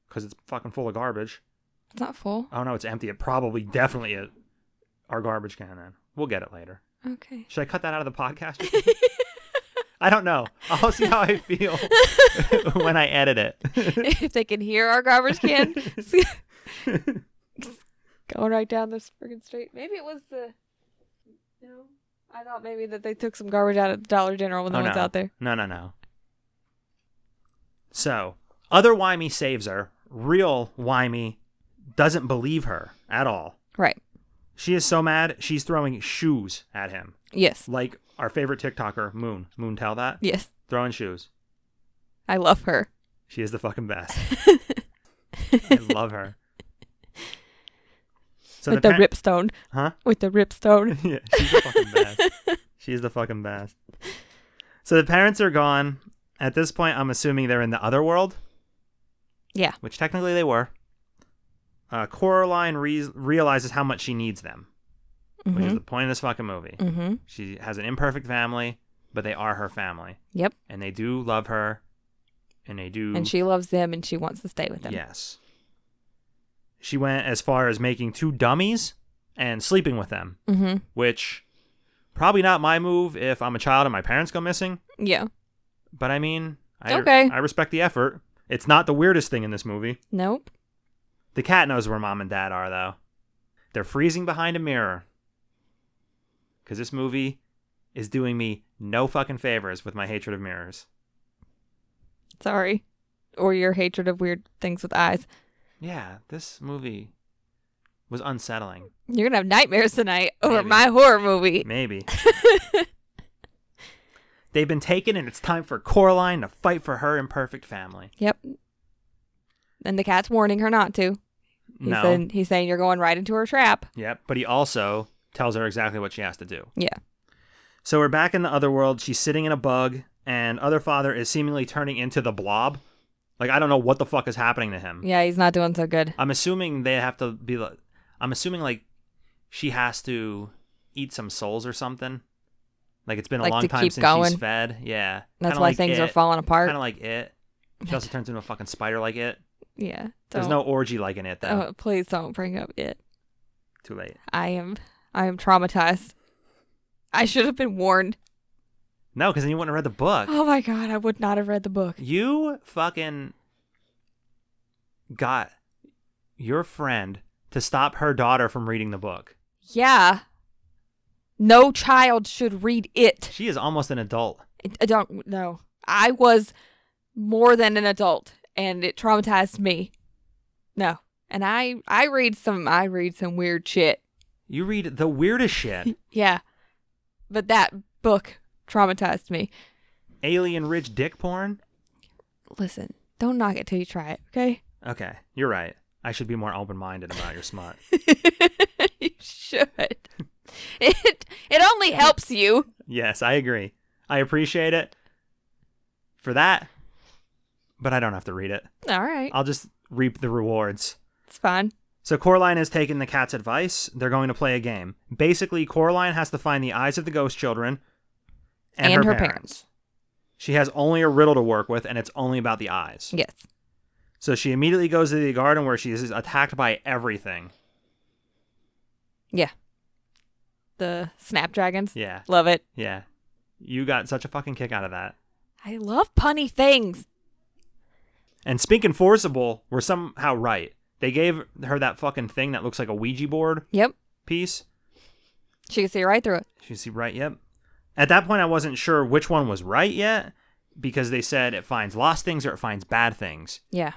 S3: Because it's fucking full of garbage.
S4: It's not full.
S3: Oh no, it's empty. It probably definitely is our garbage can then. We'll get it later.
S4: Okay.
S3: Should I cut that out of the podcast? I don't know. I'll see how I feel when I edit it.
S4: if they can hear our garbage can going right down this friggin' street. Maybe it was the. No, I thought maybe that they took some garbage out of Dollar General when the
S3: Oh,
S4: one's
S3: no.
S4: out there.
S3: No, no, no. So, other Wimey saves her. Real Wimey doesn't believe her at all.
S4: Right.
S3: She is so mad, she's throwing shoes at him.
S4: Yes.
S3: Like our favorite TikToker, Moon. Moon, tell that?
S4: Yes.
S3: Throwing shoes.
S4: I love her.
S3: She is the fucking best. I love her. So
S4: with the
S3: apparent-
S4: ripstone.
S3: Huh?
S4: With the ripstone.
S3: yeah, she's the fucking best. She's the fucking best. So the parents are gone. At this point, I'm assuming they're in the other world,
S4: yeah.
S3: which technically they were. Uh, Coraline re- realizes how much she needs them, which is
S4: Mm-hmm.
S3: the point of this fucking movie.
S4: hmm
S3: She has an imperfect family, but they are her family,
S4: Yep.
S3: and they do love her, and they do.
S4: And she loves them, and she wants to stay with them.
S3: yes. She went as far as making two dummies and sleeping with them,
S4: hmm
S3: which probably not my move if I'm a child and my parents go missing.
S4: Yeah.
S3: But I mean, I,
S4: Okay.
S3: I respect the effort. It's not the weirdest thing in this movie.
S4: Nope.
S3: The cat knows where mom and dad are, though. They're freezing behind a mirror. Because this movie is doing me no fucking favors with my hatred of mirrors.
S4: Sorry. Or your hatred of weird things with eyes.
S3: Yeah, this movie was unsettling.
S4: You're gonna have nightmares tonight over
S3: Maybe.
S4: my horror movie.
S3: Maybe. They've been taken, and it's time for Coraline to fight for her imperfect family.
S4: Yep. And the cat's warning her not to. He's
S3: no.
S4: saying he's saying you're going right into her trap.
S3: Yep. But he also tells her exactly what she has to do.
S4: Yeah.
S3: So we're back in the other world. She's sitting in a bug, and other father is seemingly turning into the blob. Like I don't know what the fuck is happening to him.
S4: Yeah, he's not doing so good.
S3: I'm assuming they have to be like, I'm assuming like she has to eat some souls or something. Like it's been a
S4: Like,
S3: long
S4: to
S3: time
S4: keep
S3: since
S4: going.
S3: she's fed. Yeah.
S4: That's why things are falling apart.
S3: Kind of like it. She also turns into a fucking spider like it.
S4: yeah.
S3: There's
S4: don't-
S3: no orgy like in it though.
S4: Oh, please don't bring up it.
S3: Too late.
S4: I am I am traumatized. I should have been warned.
S3: No, because then you wouldn't have read the book.
S4: Oh my god, I would not have read the book.
S3: You fucking got your friend to stop her daughter from reading the book.
S4: Yeah. No child should read it.
S3: She is almost an adult.
S4: I don't know. I was more than an adult and it traumatized me. No. And I I read some I read some weird shit.
S3: You read the weirdest shit.
S4: Yeah. But that book traumatized me.
S3: Alien rich dick porn?
S4: Listen, don't knock it till you try it, okay?
S3: Okay, you're right. I should be more open minded about your smut.
S4: you should. It it only helps you.
S3: yes, I agree. I appreciate it for that, but I don't have to read it.
S4: All right.
S3: I'll just reap the rewards.
S4: It's fine.
S3: So Coraline has taken the cat's advice. They're going to play a game. Basically, Coraline has to find the eyes of the ghost children and,
S4: And her parents.
S3: She has only a riddle to work with, and it's only about the eyes.
S4: Yes.
S3: So she immediately goes to the garden where she is attacked by everything.
S4: Yeah. The snapdragons.
S3: Yeah,
S4: Love it.
S3: yeah. You got such a fucking kick out of that.
S4: I love punny things.
S3: And Spink and Forcible were somehow right. They gave her that fucking thing that looks like a Ouija board
S4: Yep.
S3: piece.
S4: She can see right through it.
S3: She see right, yep. At that point I wasn't sure which one was right yet because they said it finds lost things or it finds bad things.
S4: Yeah.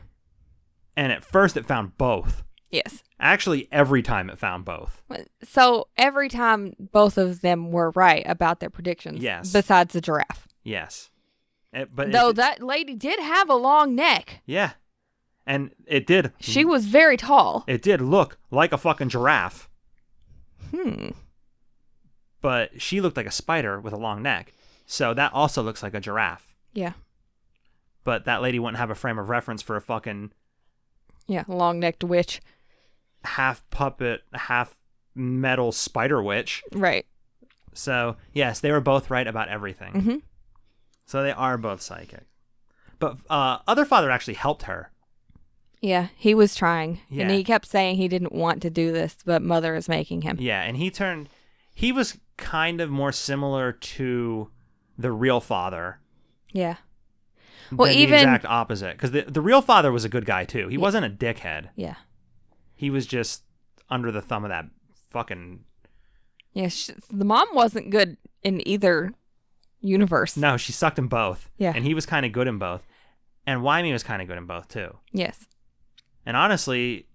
S3: And at first it found both.
S4: Yes.
S3: Actually every time it found both.
S4: So every time both of them were right about their predictions.
S3: Yes.
S4: Besides the giraffe.
S3: Yes. It- but it-
S4: Though that lady did have a long neck.
S3: Yeah. And it did.
S4: She was very tall.
S3: Hmm. it did look like a fucking giraffe,
S4: Hmm.
S3: but she looked like a spider with a long neck. So that also looks like a giraffe.
S4: Yeah.
S3: But that lady wouldn't have a frame of reference for a fucking
S4: Yeah. Long necked witch.
S3: half puppet, half metal spider witch.
S4: Right.
S3: So, yes, they were both right about everything.
S4: Mhm.
S3: So they are both psychic. But uh, other father actually helped her.
S4: Yeah. He was trying.
S3: Yeah.
S4: And he kept saying he didn't want to do this, but mother is making him.
S3: Yeah, and he turned he was kind of more similar to the real father.
S4: Yeah. Well,
S3: than
S4: even-
S3: the exact opposite cuz the the real father was a good guy too. He wasn't a dickhead.
S4: Yeah.
S3: He was just under the thumb of that fucking
S4: Yeah, sh the mom wasn't good in either universe.
S3: No, she sucked in both.
S4: Yeah.
S3: And he was kind of good in both. And Wyme was kind of good in both too.
S4: Yes.
S3: And honestly,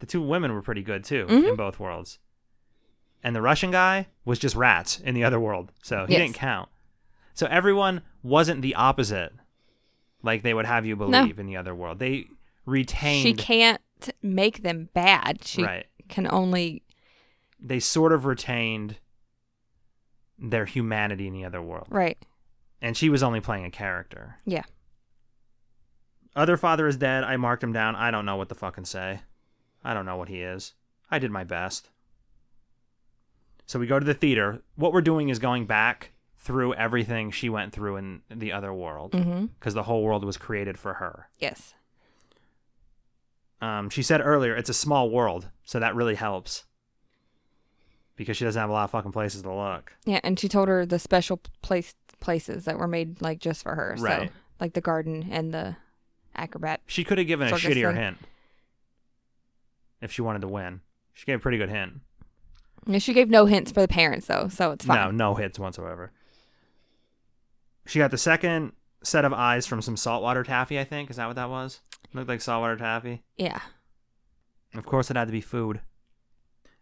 S3: the two women were pretty good too
S4: Mm-hmm.
S3: in both worlds. And the Russian guy was just rats in the other world, so he
S4: Yes.
S3: didn't count. So everyone wasn't the opposite, like they would have you believe in the other world. They retained.
S4: She can't make them bad. She
S3: Right.
S4: can only
S3: They sort of retained their humanity in the other world,
S4: right.
S3: and she was only playing a character.
S4: Yeah.
S3: Other father is dead. I marked him down. I don't know what to fucking say. I don't know what he is. I did my best. So we go to the theater. What we're doing is going back through everything she went through in the other world because
S4: Mhm.
S3: the whole world was created for her.
S4: Yes.
S3: Um, she said earlier it's a small world, so that really helps because she doesn't have a lot of fucking places to look.
S4: Yeah, and she told her the special place places that were made like just for her.
S3: Right.
S4: So like the garden and the acrobat.
S3: She could have given a
S4: Circus
S3: shittier
S4: thing.
S3: hint if she wanted to win. She gave a pretty good hint.
S4: And she gave no hints for the parents though, so it's
S3: No,
S4: fine.
S3: no hits whatsoever. She got the second set of eyes from some saltwater taffy, I think. Is that what that was? Looked like saltwater taffy.
S4: Yeah.
S3: Of course, it had to be food.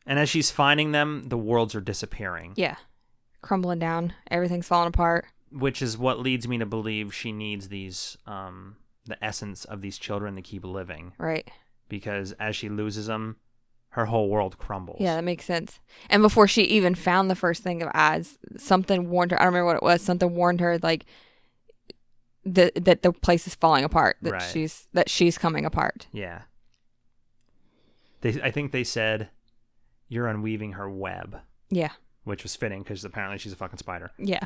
S3: And as she's finding them, the worlds are disappearing,
S4: Yeah. Crumbling down. Everything's falling apart.
S3: which is what leads me to believe she needs these, um, the essence of these children to keep living.
S4: Right.
S3: Because as she loses them, her whole world crumbles.
S4: Yeah, that makes sense. And before she even found the first thing of eyes, something warned her. I don't remember what it was. Something warned her like that that the place is falling apart. That
S3: Right.
S4: she's that she's coming apart.
S3: Yeah. They, I think they said, "You're unweaving her web,"
S4: Yeah,
S3: which was fitting because apparently she's a fucking spider.
S4: yeah.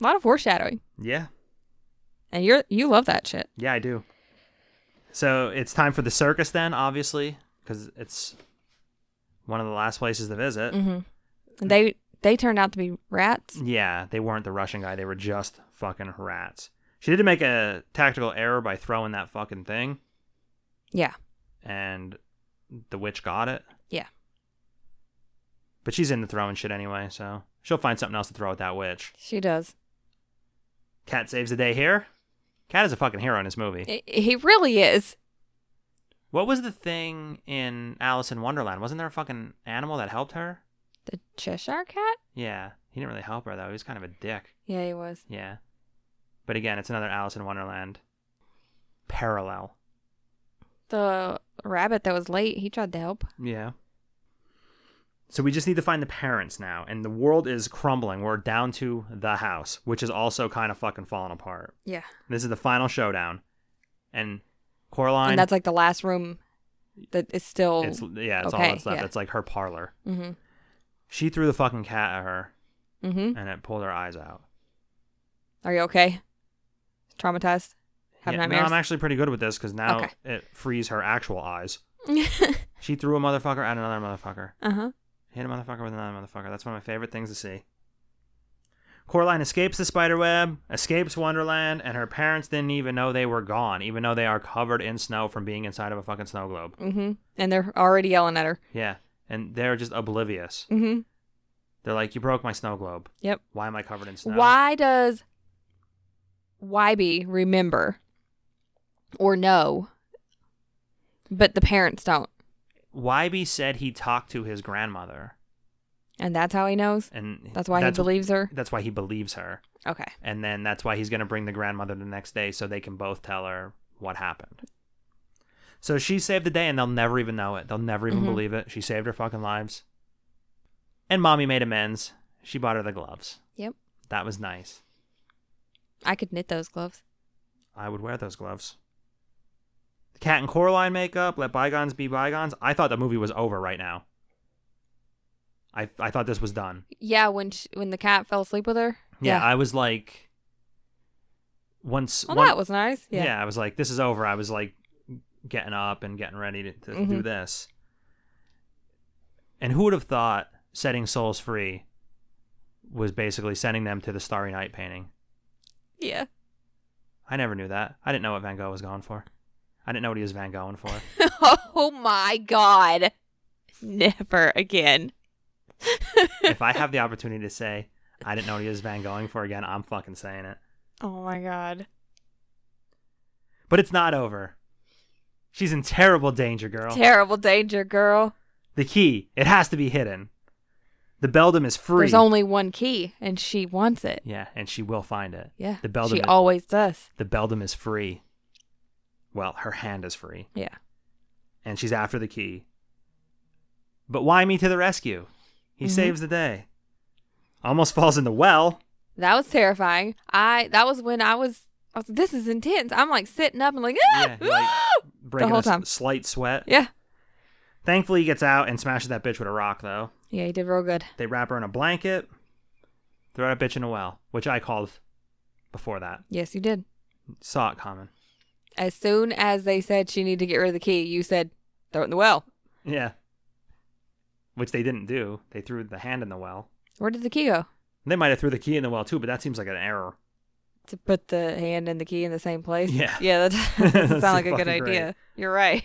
S4: A lot of foreshadowing,
S3: Yeah,
S4: and you're you love that shit.
S3: yeah, I do. So it's time for the circus then, obviously, because it's one of the last places to visit.
S4: And they they turned out to be rats.
S3: Yeah, they weren't the Russian guy; they were just fucking rats. She did make a tactical error by throwing that fucking thing,
S4: Yeah,
S3: and the witch got it.
S4: yeah.
S3: But she's into throwing shit anyway, so she'll find something else to throw at that witch.
S4: She does.
S3: Cat saves the day here. Cat is a fucking hero in this movie.
S4: I- He really is.
S3: What was the thing in Alice in Wonderland? Wasn't there a fucking animal that helped her?
S4: The Cheshire Cat.
S3: Yeah. He didn't really help her though. He was kind of a dick.
S4: Yeah, he was.
S3: Yeah. But again, it's another Alice in Wonderland parallel.
S4: The rabbit that was late. He tried to help.
S3: Yeah. So we just need to find the parents now, and the world is crumbling. We're down to the house, which is also kind of fucking falling apart.
S4: Yeah,
S3: This is the final showdown, and Coraline.
S4: and that's like the last room that is still.
S3: it's yeah, it's all
S4: okay,
S3: that stuff.
S4: yeah.
S3: It's like her parlor.
S4: mm-hmm.
S3: She threw the fucking cat at her,
S4: Mm-hmm.
S3: and it pulled her eyes out.
S4: Are you okay? Traumatized? Have
S3: Yeah, No,
S4: nightmares?
S3: I'm actually pretty good with this because now
S4: Okay.
S3: it frees her actual eyes. She threw a motherfucker at another motherfucker.
S4: uh huh.
S3: Hit a motherfucker with another motherfucker. That's one of my favorite things to see. Coraline escapes the spider web, escapes Wonderland, and her parents didn't even know they were gone, even though they are covered in snow from being inside of a fucking snow globe.
S4: Mm-hmm. And they're already yelling at her.
S3: Yeah. And they're just oblivious.
S4: Mm-hmm.
S3: They're like, You broke my snow globe.
S4: Yep.
S3: Why am I covered in snow?
S4: Why does YB remember or know, but the parents don't?
S3: YB said he talked to his grandmother.
S4: And that's how he knows?
S3: And
S4: That's why he believes her?
S3: That's why he believes her.
S4: Okay.
S3: and then that's why he's going to bring the grandmother the next day so they can both tell her what happened. So she saved the day, and they'll never even know it. They'll never even
S4: Mhm.
S3: believe it. She saved her fucking lives. And mommy made amends. She bought her the gloves.
S4: Yep.
S3: That was nice.
S4: I could knit those gloves.
S3: I would wear those gloves. The cat and Coraline makeup. Let bygones be bygones. I thought the movie was over right now. I I thought this was done.
S4: Yeah, when sh when the cat fell asleep with her.
S3: Yeah, I was like, once.
S4: well,
S3: one-
S4: that was nice.
S3: yeah.
S4: Yeah.
S3: I was like, this is over. I was like getting up and getting ready to, to do
S4: Mhm.
S3: this. And who would have thought setting souls free was basically sending them to the Starry Night painting?
S4: Yeah.
S3: I never knew that. I didn't know what Van Gogh was going for. I didn't know what he was Van Gogh for.
S4: oh my God. Never again.
S3: if I have the opportunity to say, I didn't know what he was Van Gogh for again, I'm fucking saying it.
S4: Oh my God.
S3: But it's not over. She's in terrible danger, girl.
S4: Terrible danger, girl.
S3: the key, it has to be hidden. The beldam is free.
S4: There's only one key, and she wants it.
S3: Yeah, and she will find it.
S4: Yeah,
S3: The beldam
S4: She
S3: is,
S4: always does.
S3: the beldam is free. Well, her hand is free,
S4: Yeah,
S3: and she's after the key. But why me to the rescue? He
S4: Mhm.
S3: saves the day. Almost falls in the well.
S4: that was terrifying. I that was when I was. I was this is intense. I'm like sitting up and like, ah,
S3: Yeah, like,
S4: ah!
S3: breaking
S4: whole
S3: a s-
S4: time.
S3: slight sweat.
S4: yeah,
S3: Thankfully, he gets out and smashes that bitch with a rock, though.
S4: yeah. He did real good.
S3: They wrap her in a blanket, throw that bitch in a well, which I called before that.
S4: Yes, you did.
S3: Saw it coming.
S4: As soon as they said she needed to get rid of the key, you said throw it in the well.
S3: Yeah. Which they didn't do. They threw the hand in the well.
S4: Where did the key go?
S3: They might have threw the key in the well too, but that seems like an error.
S4: To put the hand and the key in the same place.
S3: Yeah.
S4: yeah. That doesn't
S3: That's
S4: sound like a good
S3: fucking great.
S4: idea. You're right.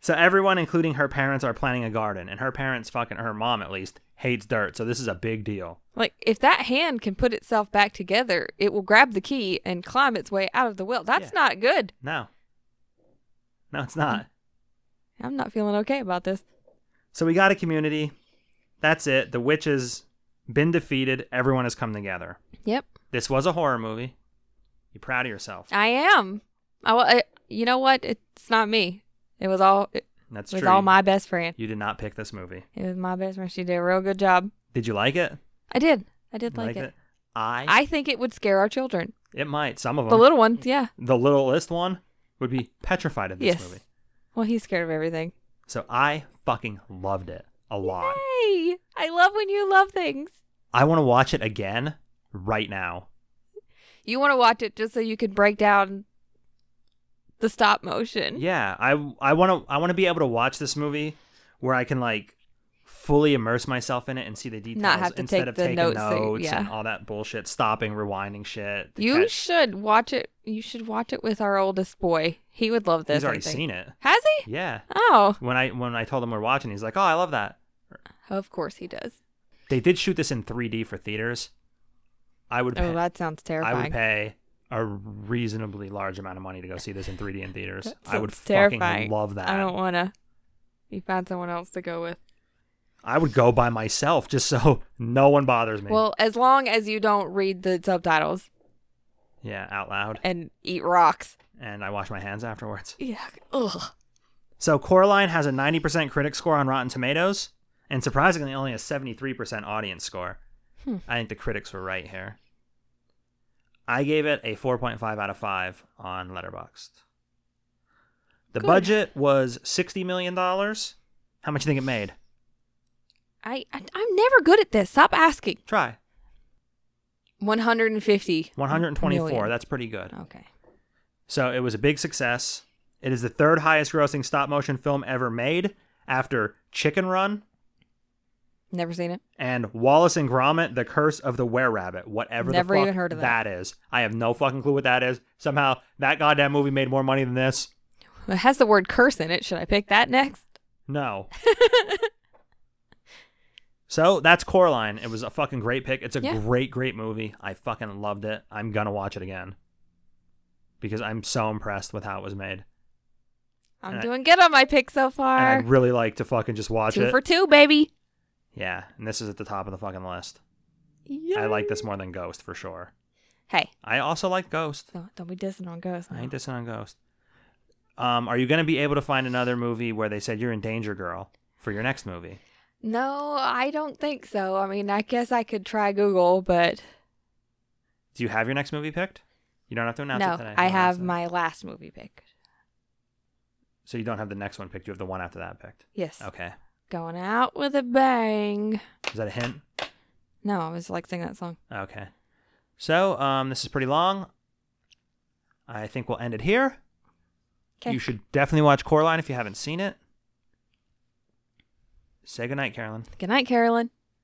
S3: So everyone, including her parents, are planning a garden, and her parents, fucking her mom at least, hates dirt. So this is a big deal.
S4: Like if that hand can put itself back together, it will grab the key and climb its way out of the well. That's
S3: Yeah.
S4: not good.
S3: No, no, it's not.
S4: Mm. I'm not feeling okay about this.
S3: So we got a community. That's it. The witch has been defeated. Everyone has come together.
S4: Yep.
S3: This was a horror movie. You proud of yourself?
S4: I am. I, wa- I you know what? It's not me. It was all it
S3: That's
S4: was
S3: true.
S4: all my best friend.
S3: You did not pick this movie.
S4: It was my best friend. She did a real good job.
S3: Did you like it?
S4: I did. I did
S3: You
S4: like,
S3: liked
S4: it.
S3: I,
S4: I think it would scare our children.
S3: It might. Some of them.
S4: The little ones, yeah.
S3: the littlest one would be petrified of this
S4: Yes.
S3: movie.
S4: Well, he's scared of everything.
S3: So I fucking loved it a lot.
S4: Hey, I love when you love things.
S3: I want to watch it again right now.
S4: You want to watch it just so you can break down the stop motion.
S3: Yeah, I I want to I want to be able to watch this movie where I can like fully immerse myself in it and see the details
S4: have to
S3: instead
S4: take
S3: of
S4: the
S3: taking
S4: notes
S3: notes,
S4: that-
S3: and
S4: yeah.
S3: all that bullshit, stopping, rewinding shit. to
S4: You
S3: catch-
S4: should watch it. You should watch it with our oldest boy. He would love this.
S3: he's already
S4: I think.
S3: seen it.
S4: Has he?
S3: Yeah.
S4: Oh,
S3: When I when I told him we're watching, he's like, "Oh, I love that."
S4: of course he does.
S3: They did shoot this in 3D for theaters. I would
S4: Oh,
S3: pay,
S4: that sounds terrifying.
S3: I would pay a reasonably large amount of money to go see this in 3D in theaters.
S4: That
S3: I would
S4: sounds terrifying.
S3: fucking love that.
S4: I don't want to. You find someone else to go with.
S3: I would go by myself just so no one bothers me.
S4: Well, as long as you don't read the subtitles
S3: yeah, out loud.
S4: and eat rocks.
S3: And I wash my hands afterwards.
S4: Yeah. Ugh.
S3: So Coraline has a 90% critic score on Rotten Tomatoes and surprisingly only a 73% audience score.
S4: Hmm.
S3: I think the critics were right here. I gave it a 4.5 out of 5 on Letterboxd. The
S4: Good.
S3: budget was $60 million. How much do you think it made?
S4: I, I I'm never good at this. Stop asking.
S3: Try.
S4: 150.
S3: 124.
S4: Million. Oh.
S3: That's pretty good.
S4: Okay.
S3: So it was a big success. It is the third highest grossing stop motion film ever made after Chicken Run
S4: Never seen it.
S3: and Wallace and Gromit: The Curse of the Were Rabbit, whatever
S4: Never
S3: the fuck
S4: even heard of that.
S3: that is. I have no fucking clue what that is. Somehow that goddamn movie made more money than this.
S4: It has the word curse in it. Should I pick that next?
S3: No. so that's Coraline. It was a fucking great pick. It's a
S4: Yeah.
S3: great, great movie. I fucking loved it. I'm gonna watch it again because I'm so impressed with how it was made,
S4: I'm
S3: And I-
S4: doing good on my pick so
S3: and
S4: far.
S3: I'd really like to fucking just watch
S4: two
S3: it.
S4: for two, baby.
S3: Yeah, and this is at the top of the fucking list.
S4: Yeah.
S3: I like this more than Ghost for sure.
S4: Hey,
S3: I also like Ghost.
S4: don't, don't be dissing on Ghost.
S3: I
S4: now.
S3: ain't dissing on Ghost. Um, are you gonna be able to find another movie where they said you're in danger, girl, for your next movie?
S4: No, I don't think so. I mean, I guess I could try Google, but
S3: Do you have your next movie picked? You don't have to announce
S4: no,
S3: it today.
S4: I
S3: Don't announce
S4: have
S3: it.
S4: my last movie pick.
S3: So you don't have the next one picked. You have the one after that picked.
S4: Yes.
S3: Okay.
S4: Going out with a bang.
S3: Is that a hint?
S4: No, I was like singing that song.
S3: Okay. So um, this is pretty long. I think we'll end it here.
S4: 'Kay.
S3: You should definitely watch Coraline if you haven't seen it. Say goodnight, Carolyn.
S4: Good night, Carolyn.